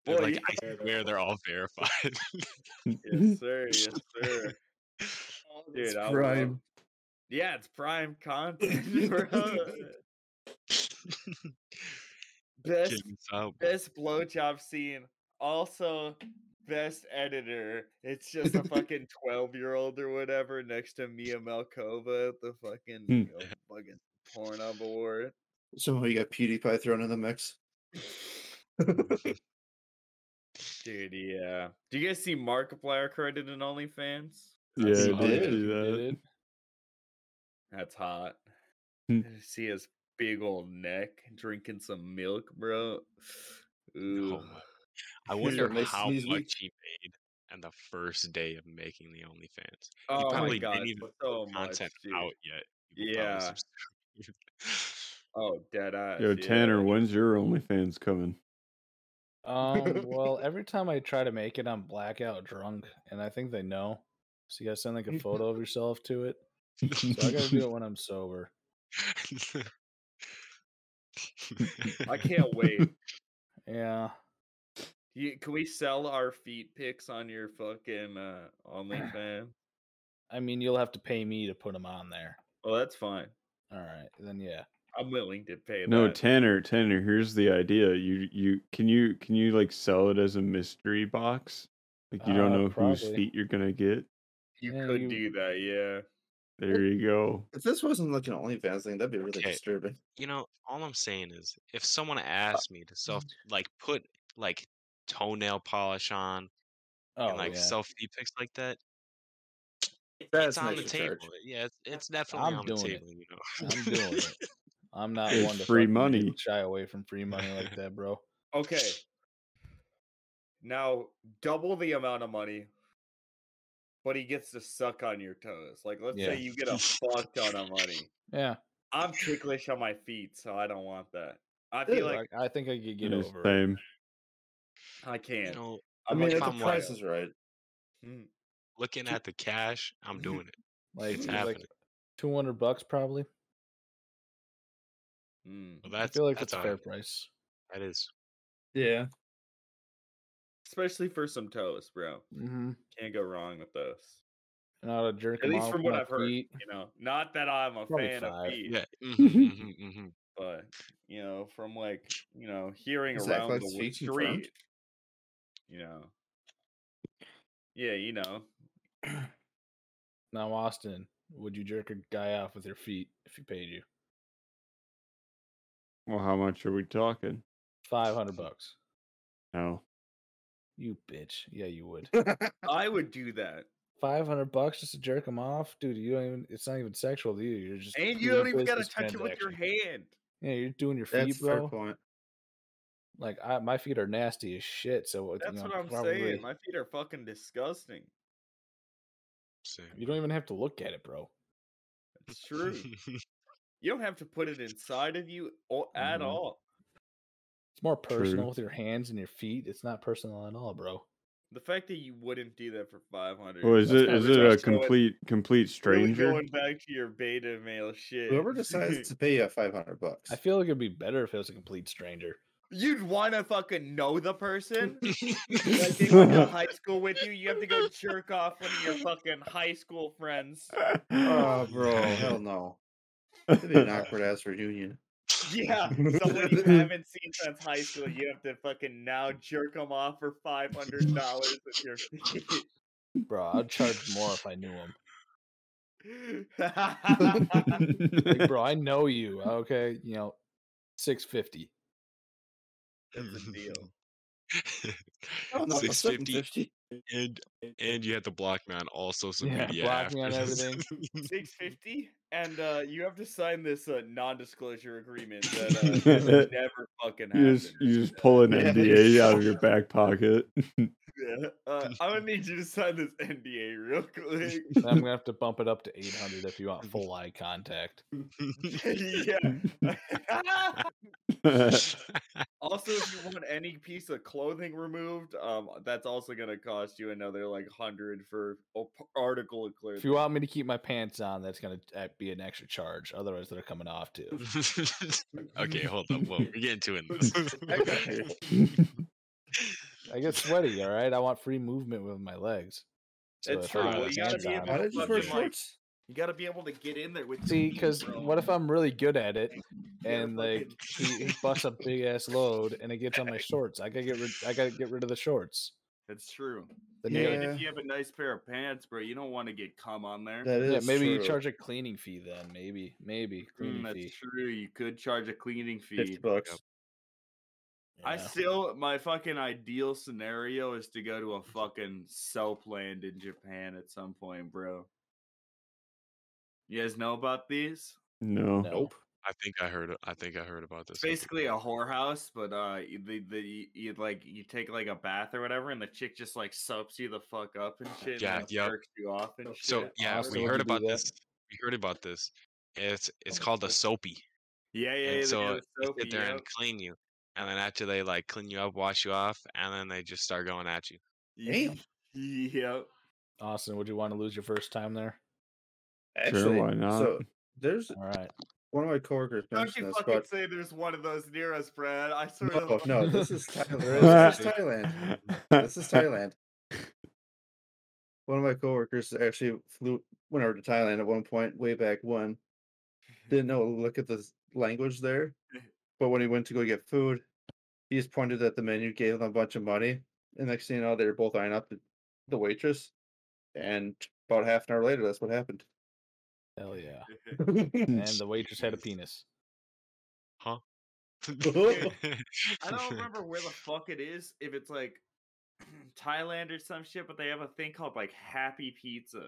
[SPEAKER 5] They're
[SPEAKER 4] Well,
[SPEAKER 5] like I swear they're all verified.
[SPEAKER 1] *laughs*
[SPEAKER 5] *laughs* oh.
[SPEAKER 4] Yes, sir. Yes, sir. Dude, I
[SPEAKER 2] prime.
[SPEAKER 4] love- Yeah, it's prime content, *laughs* bro. Best
[SPEAKER 5] Kidding us out, bro.
[SPEAKER 4] best blowjob scene. Also, best editor. It's just a fucking twelve year old or whatever next to Mia Malkova at the fucking you know, fucking Pornhub award.
[SPEAKER 2] Somehow you got PewDiePie thrown in the mix.
[SPEAKER 4] Dude, yeah. Do you guys see Markiplier credit in OnlyFans?
[SPEAKER 1] yeah, I
[SPEAKER 2] You
[SPEAKER 1] did
[SPEAKER 2] did,
[SPEAKER 1] see
[SPEAKER 2] you
[SPEAKER 1] that.
[SPEAKER 3] Did it?
[SPEAKER 4] That's hot.
[SPEAKER 1] Hmm.
[SPEAKER 4] see his big old neck drinking some milk, bro. Ooh.
[SPEAKER 5] Oh my- I wonder
[SPEAKER 2] Mr.
[SPEAKER 5] how much
[SPEAKER 2] Sneezy.
[SPEAKER 5] he made on the first day of making the OnlyFans.
[SPEAKER 4] Oh, my
[SPEAKER 5] probably
[SPEAKER 4] god,
[SPEAKER 5] didn't even
[SPEAKER 4] so much,
[SPEAKER 5] Content
[SPEAKER 4] dude.
[SPEAKER 5] out yet. people probably
[SPEAKER 4] Yeah.
[SPEAKER 5] subscribed.
[SPEAKER 4] Oh, dead ass.
[SPEAKER 1] Yo,
[SPEAKER 4] yeah.
[SPEAKER 1] Tanner, when's your OnlyFans coming?
[SPEAKER 3] Um, well, every time I try to make it, I'm blackout drunk, and I think they know. So you gotta send like a
[SPEAKER 4] *laughs*
[SPEAKER 3] photo of yourself to it. So I gotta do
[SPEAKER 5] *laughs*
[SPEAKER 3] it when I'm sober.
[SPEAKER 4] I can't wait.
[SPEAKER 3] Yeah.
[SPEAKER 4] You, can we sell our feet pics on your fucking uh, OnlyFans?
[SPEAKER 3] I mean, you'll have to pay me to put them on there.
[SPEAKER 4] Well, that's fine.
[SPEAKER 3] All right, then yeah.
[SPEAKER 4] I'm willing to pay.
[SPEAKER 1] No,
[SPEAKER 4] that.
[SPEAKER 1] Tanner, Tanner, here's the idea. You you can you can you like sell it as a mystery box? Like you don't
[SPEAKER 3] Uh,
[SPEAKER 1] know whose
[SPEAKER 3] probably.
[SPEAKER 1] feet you're gonna get.
[SPEAKER 4] you
[SPEAKER 3] Yeah,
[SPEAKER 4] could
[SPEAKER 3] you-
[SPEAKER 4] do that. Yeah.
[SPEAKER 1] There you go.
[SPEAKER 2] If this wasn't like an OnlyFans thing, that'd be really
[SPEAKER 5] Okay.
[SPEAKER 2] disturbing.
[SPEAKER 5] you know, all I'm saying is if someone
[SPEAKER 3] Uh,
[SPEAKER 5] asked me
[SPEAKER 3] mm-hmm.
[SPEAKER 5] to self like put like toenail polish on
[SPEAKER 3] Oh
[SPEAKER 5] and like
[SPEAKER 3] yeah.
[SPEAKER 5] selfie pics like that,
[SPEAKER 2] That's
[SPEAKER 5] it's on
[SPEAKER 2] an
[SPEAKER 5] the
[SPEAKER 2] extra
[SPEAKER 5] table.
[SPEAKER 2] charge.
[SPEAKER 5] Yeah, it's, it's definitely
[SPEAKER 3] I'm
[SPEAKER 5] on the
[SPEAKER 3] doing it.
[SPEAKER 5] table, you know.
[SPEAKER 3] I'm doing it. I'm not
[SPEAKER 1] It's
[SPEAKER 3] one to
[SPEAKER 1] free
[SPEAKER 3] fucking
[SPEAKER 1] money.
[SPEAKER 3] shy away from free money
[SPEAKER 4] *laughs*
[SPEAKER 3] like that, bro.
[SPEAKER 4] Okay. Now double the amount of money, but he gets to suck on your toes. Like, let's
[SPEAKER 3] Yeah.
[SPEAKER 4] say you get a fuck ton of money.
[SPEAKER 3] Yeah.
[SPEAKER 4] I'm ticklish on my feet, so I don't want that. I
[SPEAKER 2] Dude,
[SPEAKER 4] feel like
[SPEAKER 3] Like, I think I could get
[SPEAKER 1] Yes,
[SPEAKER 3] over it.
[SPEAKER 1] same.
[SPEAKER 4] I
[SPEAKER 5] *laughs* You
[SPEAKER 4] can't.
[SPEAKER 5] know,
[SPEAKER 2] I
[SPEAKER 4] I'm
[SPEAKER 2] mean,
[SPEAKER 4] like,
[SPEAKER 2] if
[SPEAKER 5] if
[SPEAKER 2] the
[SPEAKER 5] I'm like-
[SPEAKER 2] price is right.
[SPEAKER 5] Looking at the cash,
[SPEAKER 3] *laughs*
[SPEAKER 5] I'm doing it.
[SPEAKER 3] Like,
[SPEAKER 5] It's
[SPEAKER 3] it was like
[SPEAKER 5] happening.
[SPEAKER 3] two hundred bucks probably.
[SPEAKER 4] Mm.
[SPEAKER 5] Well,
[SPEAKER 3] I
[SPEAKER 5] that's
[SPEAKER 3] feel like that's
[SPEAKER 5] that's
[SPEAKER 3] a
[SPEAKER 5] all
[SPEAKER 3] fair
[SPEAKER 5] right.
[SPEAKER 3] price.
[SPEAKER 5] That is.
[SPEAKER 2] *laughs* Yeah.
[SPEAKER 4] especially for some toast, bro.
[SPEAKER 3] Mm-hmm.
[SPEAKER 4] Can't go wrong with those.
[SPEAKER 3] And I'll jerk. them
[SPEAKER 4] At least
[SPEAKER 3] off
[SPEAKER 4] from
[SPEAKER 3] when
[SPEAKER 4] what
[SPEAKER 3] I
[SPEAKER 4] I've heard,
[SPEAKER 3] eat.
[SPEAKER 4] You know, not that I'm a
[SPEAKER 3] Probably
[SPEAKER 4] fan
[SPEAKER 3] five.
[SPEAKER 4] of beef,
[SPEAKER 5] Yeah.
[SPEAKER 3] *laughs*
[SPEAKER 5] mhm, mhm, mhm.
[SPEAKER 4] but you know, from like you know, hearing
[SPEAKER 2] Is that
[SPEAKER 4] around the
[SPEAKER 2] classification
[SPEAKER 4] street,
[SPEAKER 2] confirmed?
[SPEAKER 4] you know, yeah, you know,
[SPEAKER 3] Now, Austin, would you jerk a guy off with your feet if he paid you
[SPEAKER 1] Well, how much are we talking?
[SPEAKER 3] five
[SPEAKER 4] *laughs*
[SPEAKER 3] hundred bucks?
[SPEAKER 1] No.
[SPEAKER 3] You bitch. Yeah, you would.
[SPEAKER 4] I would do that,
[SPEAKER 3] Five hundred bucks just to jerk him off, dude. You don't even. It's not even sexual to you. You're just.
[SPEAKER 4] and you
[SPEAKER 3] pure
[SPEAKER 4] don't even gotta
[SPEAKER 3] business
[SPEAKER 4] touch it with your
[SPEAKER 3] transaction.
[SPEAKER 4] hand.
[SPEAKER 3] Yeah, you're doing your feet,
[SPEAKER 2] That's a fair
[SPEAKER 3] bro.
[SPEAKER 2] point.
[SPEAKER 3] Like, I, my feet are nasty as shit. So it's, you
[SPEAKER 4] That's
[SPEAKER 3] know,
[SPEAKER 4] what I'm
[SPEAKER 3] probably-
[SPEAKER 4] saying. My feet are fucking disgusting.
[SPEAKER 5] Sick.
[SPEAKER 3] You don't even have to look at it, bro.
[SPEAKER 4] It's
[SPEAKER 5] *laughs*
[SPEAKER 4] true. you don't have to put it inside of you o- at
[SPEAKER 3] Mhm.
[SPEAKER 4] all.
[SPEAKER 3] It's more personal
[SPEAKER 1] True.
[SPEAKER 3] with your hands and your feet. It's not personal at all, bro.
[SPEAKER 4] The fact that you wouldn't do that for 500.
[SPEAKER 1] Well, Oh, is
[SPEAKER 3] That's
[SPEAKER 1] it
[SPEAKER 3] not
[SPEAKER 1] is
[SPEAKER 3] really
[SPEAKER 1] it a
[SPEAKER 4] just going-
[SPEAKER 1] complete complete
[SPEAKER 4] Really
[SPEAKER 1] stranger? *laughs*
[SPEAKER 4] going back to your beta male shit.
[SPEAKER 2] Whoever *laughs*
[SPEAKER 4] *laughs*
[SPEAKER 2] decides to pay you five hundred bucks.
[SPEAKER 3] I feel like it'd be better if it was a complete stranger.
[SPEAKER 4] You'd want to fucking know the *laughs* person. like
[SPEAKER 2] *laughs*
[SPEAKER 4] they went to high school with you. You have to go jerk off one of your fucking high school friends.
[SPEAKER 1] *laughs*
[SPEAKER 2] Oh, bro, hell no. It'd *laughs* be an awkward ass reunion.
[SPEAKER 4] Yeah, someone *laughs* you haven't seen since high school. You have to fucking now jerk them off for five hundred dollars with your *laughs* feet.
[SPEAKER 3] Bro, I'd charge more if I knew him. Like, bro, I know you. Okay, you know, six fifty.
[SPEAKER 4] That's a deal.
[SPEAKER 5] Six fifty,
[SPEAKER 2] 750.
[SPEAKER 5] and and you had to block me on all social
[SPEAKER 3] Yeah,
[SPEAKER 5] media.
[SPEAKER 3] block me
[SPEAKER 5] after
[SPEAKER 3] on
[SPEAKER 5] this.
[SPEAKER 4] Six fifty, and uh, you have to sign this uh, non-disclosure agreement that uh, this would never fucking
[SPEAKER 1] You
[SPEAKER 4] happen.
[SPEAKER 1] just you just pull an
[SPEAKER 2] Yeah.
[SPEAKER 3] *laughs*
[SPEAKER 1] NDA out of your back pocket. *laughs*
[SPEAKER 4] Yeah. *laughs* Uh, I'm gonna need you to sign this NDA real quick. *laughs*
[SPEAKER 3] Then I'm gonna have to bump it up to eight hundred if you want full eye contact.
[SPEAKER 1] *laughs*
[SPEAKER 4] yeah. *laughs* also, if you want any piece of clothing removed, um, that's also gonna cost you another like hundred for a p- article of clothing.
[SPEAKER 3] If you want me to keep my pants on, that's gonna uh, be an extra charge. Otherwise, they're coming off
[SPEAKER 4] *laughs*
[SPEAKER 3] too.
[SPEAKER 5] *laughs* okay, hold up. Whoa, we're getting to it.
[SPEAKER 4] Okay.
[SPEAKER 3] I get sweaty. All right, I want free movement with my legs.
[SPEAKER 4] It's
[SPEAKER 3] if I
[SPEAKER 4] true.
[SPEAKER 3] got
[SPEAKER 5] well,
[SPEAKER 3] my
[SPEAKER 5] you
[SPEAKER 4] gotta
[SPEAKER 3] pants on,
[SPEAKER 4] be able
[SPEAKER 2] Why
[SPEAKER 4] to
[SPEAKER 2] did you
[SPEAKER 4] Fucking
[SPEAKER 2] wear
[SPEAKER 4] like-
[SPEAKER 2] shorts?
[SPEAKER 4] you gotta be able to get in there with your
[SPEAKER 3] See,
[SPEAKER 4] feet,
[SPEAKER 3] because
[SPEAKER 4] bro.
[SPEAKER 3] what if I'm really good at it
[SPEAKER 4] gotta
[SPEAKER 3] and like he,
[SPEAKER 4] fucking-
[SPEAKER 3] he busts a big ass load and it gets on my shorts? I gotta get rid. I gotta get rid of the shorts.
[SPEAKER 4] That's true.
[SPEAKER 3] Then
[SPEAKER 4] Yeah.
[SPEAKER 3] you-
[SPEAKER 4] and
[SPEAKER 2] Yeah.
[SPEAKER 4] if you have a nice pair of pants, bro, you don't want to get cum on there.
[SPEAKER 2] That is
[SPEAKER 3] yeah, maybe
[SPEAKER 2] true.
[SPEAKER 3] you charge a cleaning fee then. Maybe, maybe cleaning
[SPEAKER 4] Mm, that's
[SPEAKER 3] fee.
[SPEAKER 4] true. You could charge a cleaning
[SPEAKER 2] fifty
[SPEAKER 4] fee.
[SPEAKER 2] bucks.
[SPEAKER 4] I
[SPEAKER 3] Yeah.
[SPEAKER 4] still, my fucking ideal scenario is to go to
[SPEAKER 5] *laughs*
[SPEAKER 4] a fucking cell plant in Japan at some point, bro. You guys know about these?
[SPEAKER 1] no.
[SPEAKER 3] Nope.
[SPEAKER 5] I think I heard. I think I heard about this.
[SPEAKER 4] It's
[SPEAKER 5] I think
[SPEAKER 4] basically
[SPEAKER 5] I
[SPEAKER 4] a
[SPEAKER 5] heard
[SPEAKER 4] whorehouse, but uh, you- the the you, you like you take like a bath or whatever, and the chick just like soaps you the fuck up and shit.
[SPEAKER 5] Yeah,
[SPEAKER 4] and like,
[SPEAKER 5] yep.
[SPEAKER 4] jerks you off and shit.
[SPEAKER 5] So yeah,
[SPEAKER 3] Awesome.
[SPEAKER 5] we
[SPEAKER 3] Would
[SPEAKER 5] heard
[SPEAKER 3] you do
[SPEAKER 5] about
[SPEAKER 3] that?
[SPEAKER 5] this. We heard about this. It's it's called a soapy.
[SPEAKER 4] *laughs* yeah, yeah.
[SPEAKER 5] and
[SPEAKER 4] yeah
[SPEAKER 5] so
[SPEAKER 4] so
[SPEAKER 5] They
[SPEAKER 4] soapy,
[SPEAKER 5] sit there and
[SPEAKER 4] yep.
[SPEAKER 5] clean you, and then after they like clean you up, wash you off, and then they just start going at you. *laughs*
[SPEAKER 2] Damn.
[SPEAKER 4] Yep.
[SPEAKER 3] Austin, would you want to lose your first time there?
[SPEAKER 2] Actually,
[SPEAKER 1] why not?
[SPEAKER 2] So there's
[SPEAKER 3] All right.
[SPEAKER 2] one of my coworkers
[SPEAKER 4] Don't
[SPEAKER 2] mentioned
[SPEAKER 4] you
[SPEAKER 2] this,
[SPEAKER 4] fucking
[SPEAKER 2] but
[SPEAKER 4] say there's one of those near us, Brad. I sort
[SPEAKER 2] no,
[SPEAKER 4] of *laughs*
[SPEAKER 2] no, this is Thailand. *laughs* This is Thailand.
[SPEAKER 1] *laughs*
[SPEAKER 2] This is Thailand. One of my coworkers actually flew went over to Thailand at one point, way back when. Didn't know look at the s- language there, but when he went to go get food, he just pointed at the menu, gave them a bunch of money, and next thing you know, they were both eyeing up the, the waitress. And about half an hour later, that's what happened.
[SPEAKER 3] Hell yeah.
[SPEAKER 1] Thailand.
[SPEAKER 3] And the waitress had a penis.
[SPEAKER 5] *laughs*
[SPEAKER 4] I don't remember where the fuck it is. If it's like *clears throat* Thailand or some shit, but they have a thing called like Happy Pizza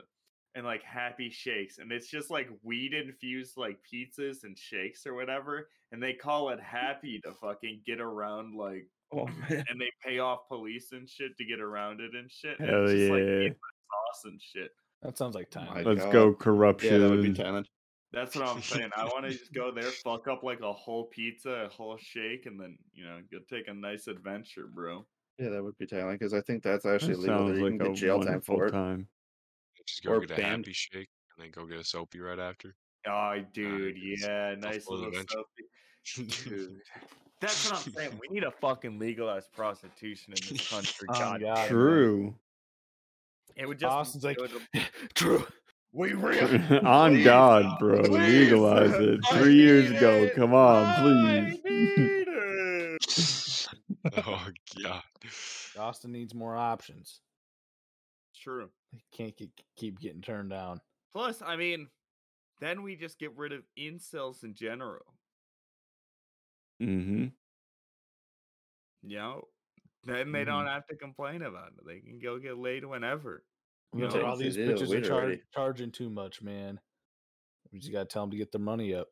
[SPEAKER 4] and like Happy Shakes, and it's just like weed infused like pizzas and shakes or whatever, and they call it Happy to fucking get around like, *clears throat*
[SPEAKER 2] Oh man,
[SPEAKER 4] and they pay off police and shit to get around it and shit. And
[SPEAKER 1] Hell
[SPEAKER 4] it's just like
[SPEAKER 1] yeah.
[SPEAKER 4] pizza sauce and shit.
[SPEAKER 3] That sounds like
[SPEAKER 2] my
[SPEAKER 3] time.
[SPEAKER 1] Let's
[SPEAKER 2] God.
[SPEAKER 1] go
[SPEAKER 2] uh, yeah,
[SPEAKER 1] corruption.
[SPEAKER 2] that would be Thailand.
[SPEAKER 4] That's what I'm saying. I want to just go there, fuck up like a whole pizza, a whole shake, and then you know go take a nice adventure, bro.
[SPEAKER 2] Yeah, that would be Thailand because I think that's actually
[SPEAKER 1] That
[SPEAKER 2] legal.
[SPEAKER 1] sounds
[SPEAKER 2] There. You
[SPEAKER 1] like
[SPEAKER 2] can
[SPEAKER 1] a
[SPEAKER 2] get jail time
[SPEAKER 1] wonderful
[SPEAKER 2] for it.
[SPEAKER 1] time.
[SPEAKER 5] Just go
[SPEAKER 2] Or
[SPEAKER 5] get a
[SPEAKER 2] band-
[SPEAKER 5] happy shake and then go get a soapy right after.
[SPEAKER 4] Oh, dude,
[SPEAKER 5] it's
[SPEAKER 4] yeah, nice
[SPEAKER 5] Buffalo
[SPEAKER 4] little
[SPEAKER 5] Adventure.
[SPEAKER 4] stuff.
[SPEAKER 5] *laughs*
[SPEAKER 4] Dude, that's what I'm saying. We need a fucking legalized prostitution in this country.
[SPEAKER 3] Oh,
[SPEAKER 4] God,
[SPEAKER 3] God.
[SPEAKER 1] True.
[SPEAKER 4] it would just
[SPEAKER 3] Austin's like,
[SPEAKER 4] go to-
[SPEAKER 3] Drew,
[SPEAKER 4] we really
[SPEAKER 1] On
[SPEAKER 4] Please,
[SPEAKER 1] God, bro.
[SPEAKER 4] please.
[SPEAKER 1] Legalize it.
[SPEAKER 4] I
[SPEAKER 1] Three years
[SPEAKER 4] need
[SPEAKER 1] ago.
[SPEAKER 4] it.
[SPEAKER 1] Come on,
[SPEAKER 4] I
[SPEAKER 1] please. *laughs*
[SPEAKER 4] need it.
[SPEAKER 5] oh god. *laughs*
[SPEAKER 3] Austin needs more options.
[SPEAKER 4] True.
[SPEAKER 3] He can't get, keep getting turned down.
[SPEAKER 4] Plus, I mean, then we just get rid of incels in general.
[SPEAKER 1] hmm
[SPEAKER 4] You know, then they
[SPEAKER 1] Mm-hmm.
[SPEAKER 4] don't have to complain about it. They can go get laid whenever.
[SPEAKER 3] You know,
[SPEAKER 4] No,
[SPEAKER 3] all
[SPEAKER 2] they
[SPEAKER 3] these
[SPEAKER 2] did it
[SPEAKER 3] bitches are
[SPEAKER 2] weird
[SPEAKER 3] char-
[SPEAKER 2] already.
[SPEAKER 3] charging too much, man. We just gotta tell them to get their money up.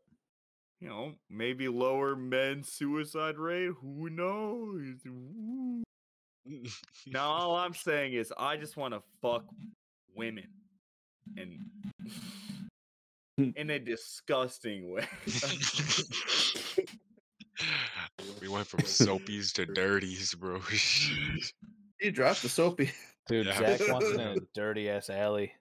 [SPEAKER 4] You know, maybe lower men's suicide rate. Who knows? Ooh. Now, all I'm saying is, I just want to fuck women, and in a disgusting way. *laughs*
[SPEAKER 5] we went from soapies to dirties, bro. *laughs*
[SPEAKER 2] You dropped the soapy.
[SPEAKER 3] Dude,
[SPEAKER 5] Yeah.
[SPEAKER 3] Zach wants it in a dirty ass alley.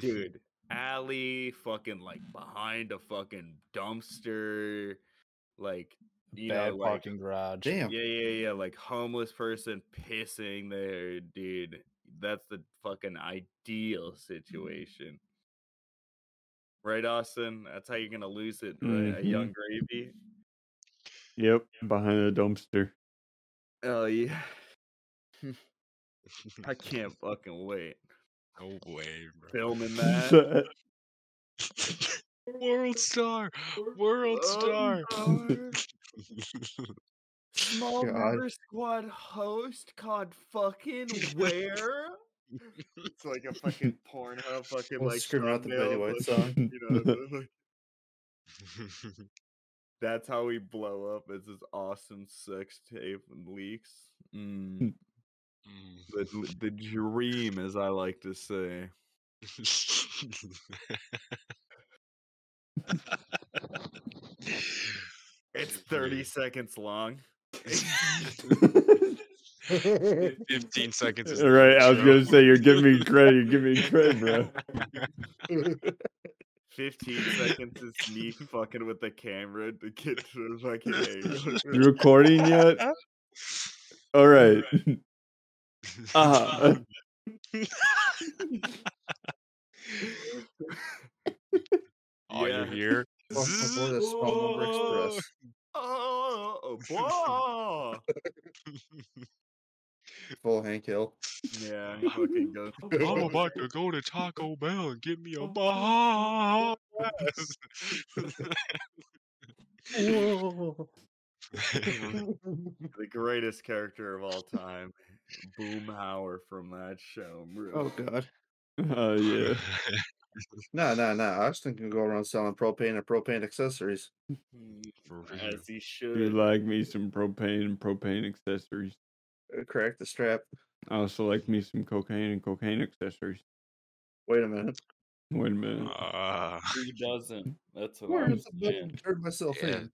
[SPEAKER 4] dude alley fucking like behind a fucking dumpster like you
[SPEAKER 3] Bad
[SPEAKER 4] know like
[SPEAKER 3] parking garage.
[SPEAKER 2] Damn.
[SPEAKER 4] yeah yeah yeah like homeless person pissing there dude that's the fucking
[SPEAKER 2] Mm-hmm.
[SPEAKER 4] ideal situation right austin that's how you're gonna lose it right at
[SPEAKER 2] Mm-hmm.
[SPEAKER 4] young gravy
[SPEAKER 1] Yep. Behind a dumpster. *laughs*
[SPEAKER 4] oh yeah *laughs* i can't fucking wait
[SPEAKER 5] *laughs* No way, bro.
[SPEAKER 4] filming
[SPEAKER 2] *laughs*
[SPEAKER 4] that
[SPEAKER 1] So,
[SPEAKER 5] *laughs* World star, world star. *laughs*
[SPEAKER 4] Oh, Small
[SPEAKER 2] God.
[SPEAKER 4] member squad host called *laughs* fucking where? it's like a fucking
[SPEAKER 2] *laughs*
[SPEAKER 4] Pornhub fucking
[SPEAKER 2] We'll
[SPEAKER 4] like
[SPEAKER 2] scream out the
[SPEAKER 4] thumbnail
[SPEAKER 2] Betty White
[SPEAKER 4] fucking,
[SPEAKER 2] song.
[SPEAKER 4] you know,
[SPEAKER 2] *laughs*
[SPEAKER 4] *laughs* it's like- that's how we blow up. It's this awesome sex tape and leaks.
[SPEAKER 2] *laughs*
[SPEAKER 4] Mm, the d- the dream, as I like to say. It's thirty seconds long.
[SPEAKER 5] Fifteen seconds. is the
[SPEAKER 1] right. I was
[SPEAKER 5] intro.
[SPEAKER 1] gonna say you're giving *laughs* me credit. You're giving me credit,
[SPEAKER 5] *laughs*
[SPEAKER 1] bro.
[SPEAKER 4] Fifteen seconds is *laughs* me fucking with the camera to get to the *laughs* fucking. angle.
[SPEAKER 1] You recording yet? *laughs* All right.
[SPEAKER 5] *laughs*
[SPEAKER 1] Uh-huh.
[SPEAKER 4] Yeah.
[SPEAKER 5] Oh, you're here.
[SPEAKER 2] Before the small number express.
[SPEAKER 4] Oh, blah.
[SPEAKER 2] Full Hank Hill.
[SPEAKER 4] Yeah, he fucking
[SPEAKER 2] *laughs*
[SPEAKER 4] goes.
[SPEAKER 5] *laughs*
[SPEAKER 4] *laughs*
[SPEAKER 5] I'm about to go to Taco Bell and get me a Baja.
[SPEAKER 2] Oh,
[SPEAKER 4] the greatest character of all time, Boomhauer from that show. bro.
[SPEAKER 2] Oh god.
[SPEAKER 1] *laughs* Oh yeah.
[SPEAKER 2] No, no, no. Austin can go around selling propane and propane accessories.
[SPEAKER 5] *laughs* For real.
[SPEAKER 4] As he
[SPEAKER 1] You
[SPEAKER 4] should.
[SPEAKER 1] like me some propane and propane accessories.
[SPEAKER 2] Uh, Crack the strap.
[SPEAKER 1] I also like me some cocaine and cocaine accessories.
[SPEAKER 2] Wait a minute.
[SPEAKER 1] Wait a minute.
[SPEAKER 5] Ah,
[SPEAKER 6] Who doesn't? That's what
[SPEAKER 2] Where
[SPEAKER 6] I'm
[SPEAKER 2] did the
[SPEAKER 6] saying.
[SPEAKER 2] button turn myself
[SPEAKER 5] Yeah.
[SPEAKER 2] in?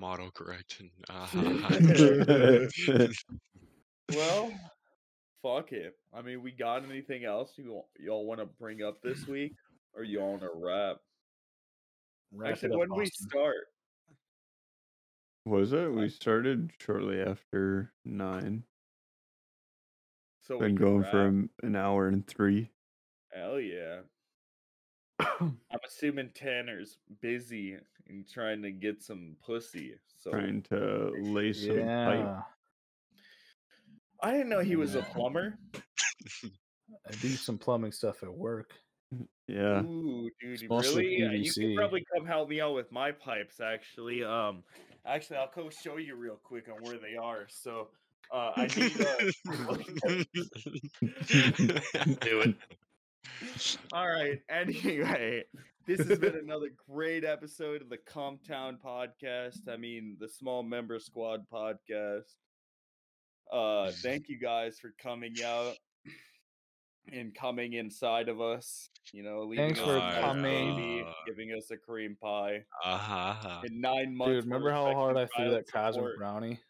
[SPEAKER 1] *laughs*
[SPEAKER 5] autocorrection. Ah. *laughs*
[SPEAKER 6] Well, *laughs* fuck it. I mean, we got anything else you wa- y'all want to bring up this week, or y'all want to wrap?
[SPEAKER 3] Wrap it
[SPEAKER 6] Actually,
[SPEAKER 3] up,
[SPEAKER 6] when we
[SPEAKER 3] Austin.
[SPEAKER 6] start,
[SPEAKER 1] Was it? We started shortly after nine.
[SPEAKER 6] so we
[SPEAKER 1] Been
[SPEAKER 6] can
[SPEAKER 1] going for
[SPEAKER 6] wrap.
[SPEAKER 1] an- an hour and three.
[SPEAKER 6] Hell
[SPEAKER 1] *coughs*
[SPEAKER 6] yeah. I'm assuming Tanner's busy and trying to get some pussy. So
[SPEAKER 1] Trying to lay some pipe.
[SPEAKER 3] Yeah.
[SPEAKER 6] I didn't know he was a
[SPEAKER 3] Yeah.
[SPEAKER 6] plumber.
[SPEAKER 3] I do some plumbing stuff at work.
[SPEAKER 1] Yeah.
[SPEAKER 6] Ooh, dude,
[SPEAKER 3] Supposed to
[SPEAKER 6] really? Yeah, You
[SPEAKER 3] PVC.
[SPEAKER 6] can probably come help me out with my pipes, actually. Um, actually, I'll go show you real quick on where they are. So, uh, I need. Uh,
[SPEAKER 1] *laughs*
[SPEAKER 5] *laughs* Do *laughs* it.
[SPEAKER 6] all right. *laughs* Anyway, this has been another great episode of the Comptown Podcast. I mean, the Small Member Squad Podcast. Uh, thank you guys for coming out and coming inside of us. You know, leaving
[SPEAKER 3] Thanks
[SPEAKER 6] us
[SPEAKER 3] for
[SPEAKER 6] a nice
[SPEAKER 3] coming. Uh,
[SPEAKER 6] baby, giving us a cream pie.
[SPEAKER 5] Uh-huh.
[SPEAKER 6] in nine months.
[SPEAKER 3] Dude, remember how hard I threw that Cosmic
[SPEAKER 6] round?
[SPEAKER 3] brownie?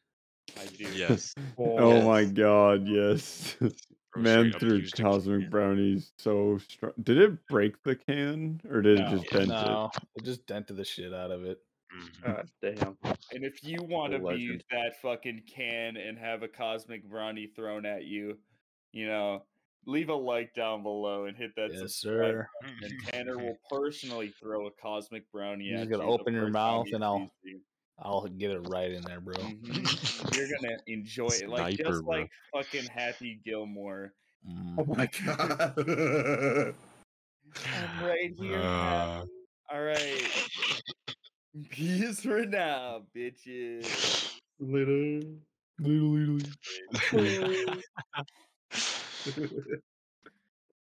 [SPEAKER 6] I do.
[SPEAKER 5] Yes.
[SPEAKER 1] *laughs* Oh my god, yes. Man
[SPEAKER 5] grocery
[SPEAKER 1] threw
[SPEAKER 5] abused a
[SPEAKER 1] cosmic
[SPEAKER 5] can.
[SPEAKER 1] brownies so strong. Did it break the can or did it
[SPEAKER 3] No,
[SPEAKER 1] just dent
[SPEAKER 3] no, it just dented the shit out of it.
[SPEAKER 5] Mhm.
[SPEAKER 2] God damn.
[SPEAKER 4] And if you want to be
[SPEAKER 2] legend.
[SPEAKER 4] that fucking can and have a cosmic brownie thrown at you, you know, leave a like down below and hit that
[SPEAKER 3] yes,
[SPEAKER 4] subscribe
[SPEAKER 3] sir.
[SPEAKER 1] uh,
[SPEAKER 5] *laughs*
[SPEAKER 4] button, And Tanner will personally throw a cosmic brownie
[SPEAKER 3] You're
[SPEAKER 4] at
[SPEAKER 3] just
[SPEAKER 4] you.
[SPEAKER 3] gonna
[SPEAKER 4] the
[SPEAKER 3] open your
[SPEAKER 4] first time
[SPEAKER 3] mouth
[SPEAKER 4] he
[SPEAKER 3] and *laughs* I'll-
[SPEAKER 4] sees you.
[SPEAKER 3] I'll get it right in there, bro.
[SPEAKER 4] Mhm. You're gonna enjoy it, like
[SPEAKER 5] Sniper,
[SPEAKER 4] just
[SPEAKER 5] bro.
[SPEAKER 4] like fucking Happy Gilmore.
[SPEAKER 3] Mm.
[SPEAKER 2] Oh my *laughs* god.
[SPEAKER 4] I'm right here.
[SPEAKER 5] Uh,
[SPEAKER 4] Happy. All
[SPEAKER 5] *laughs*
[SPEAKER 4] right, *laughs* peace for now, bitches.
[SPEAKER 2] Little.
[SPEAKER 5] *laughs*
[SPEAKER 1] *laughs*
[SPEAKER 5] Literally.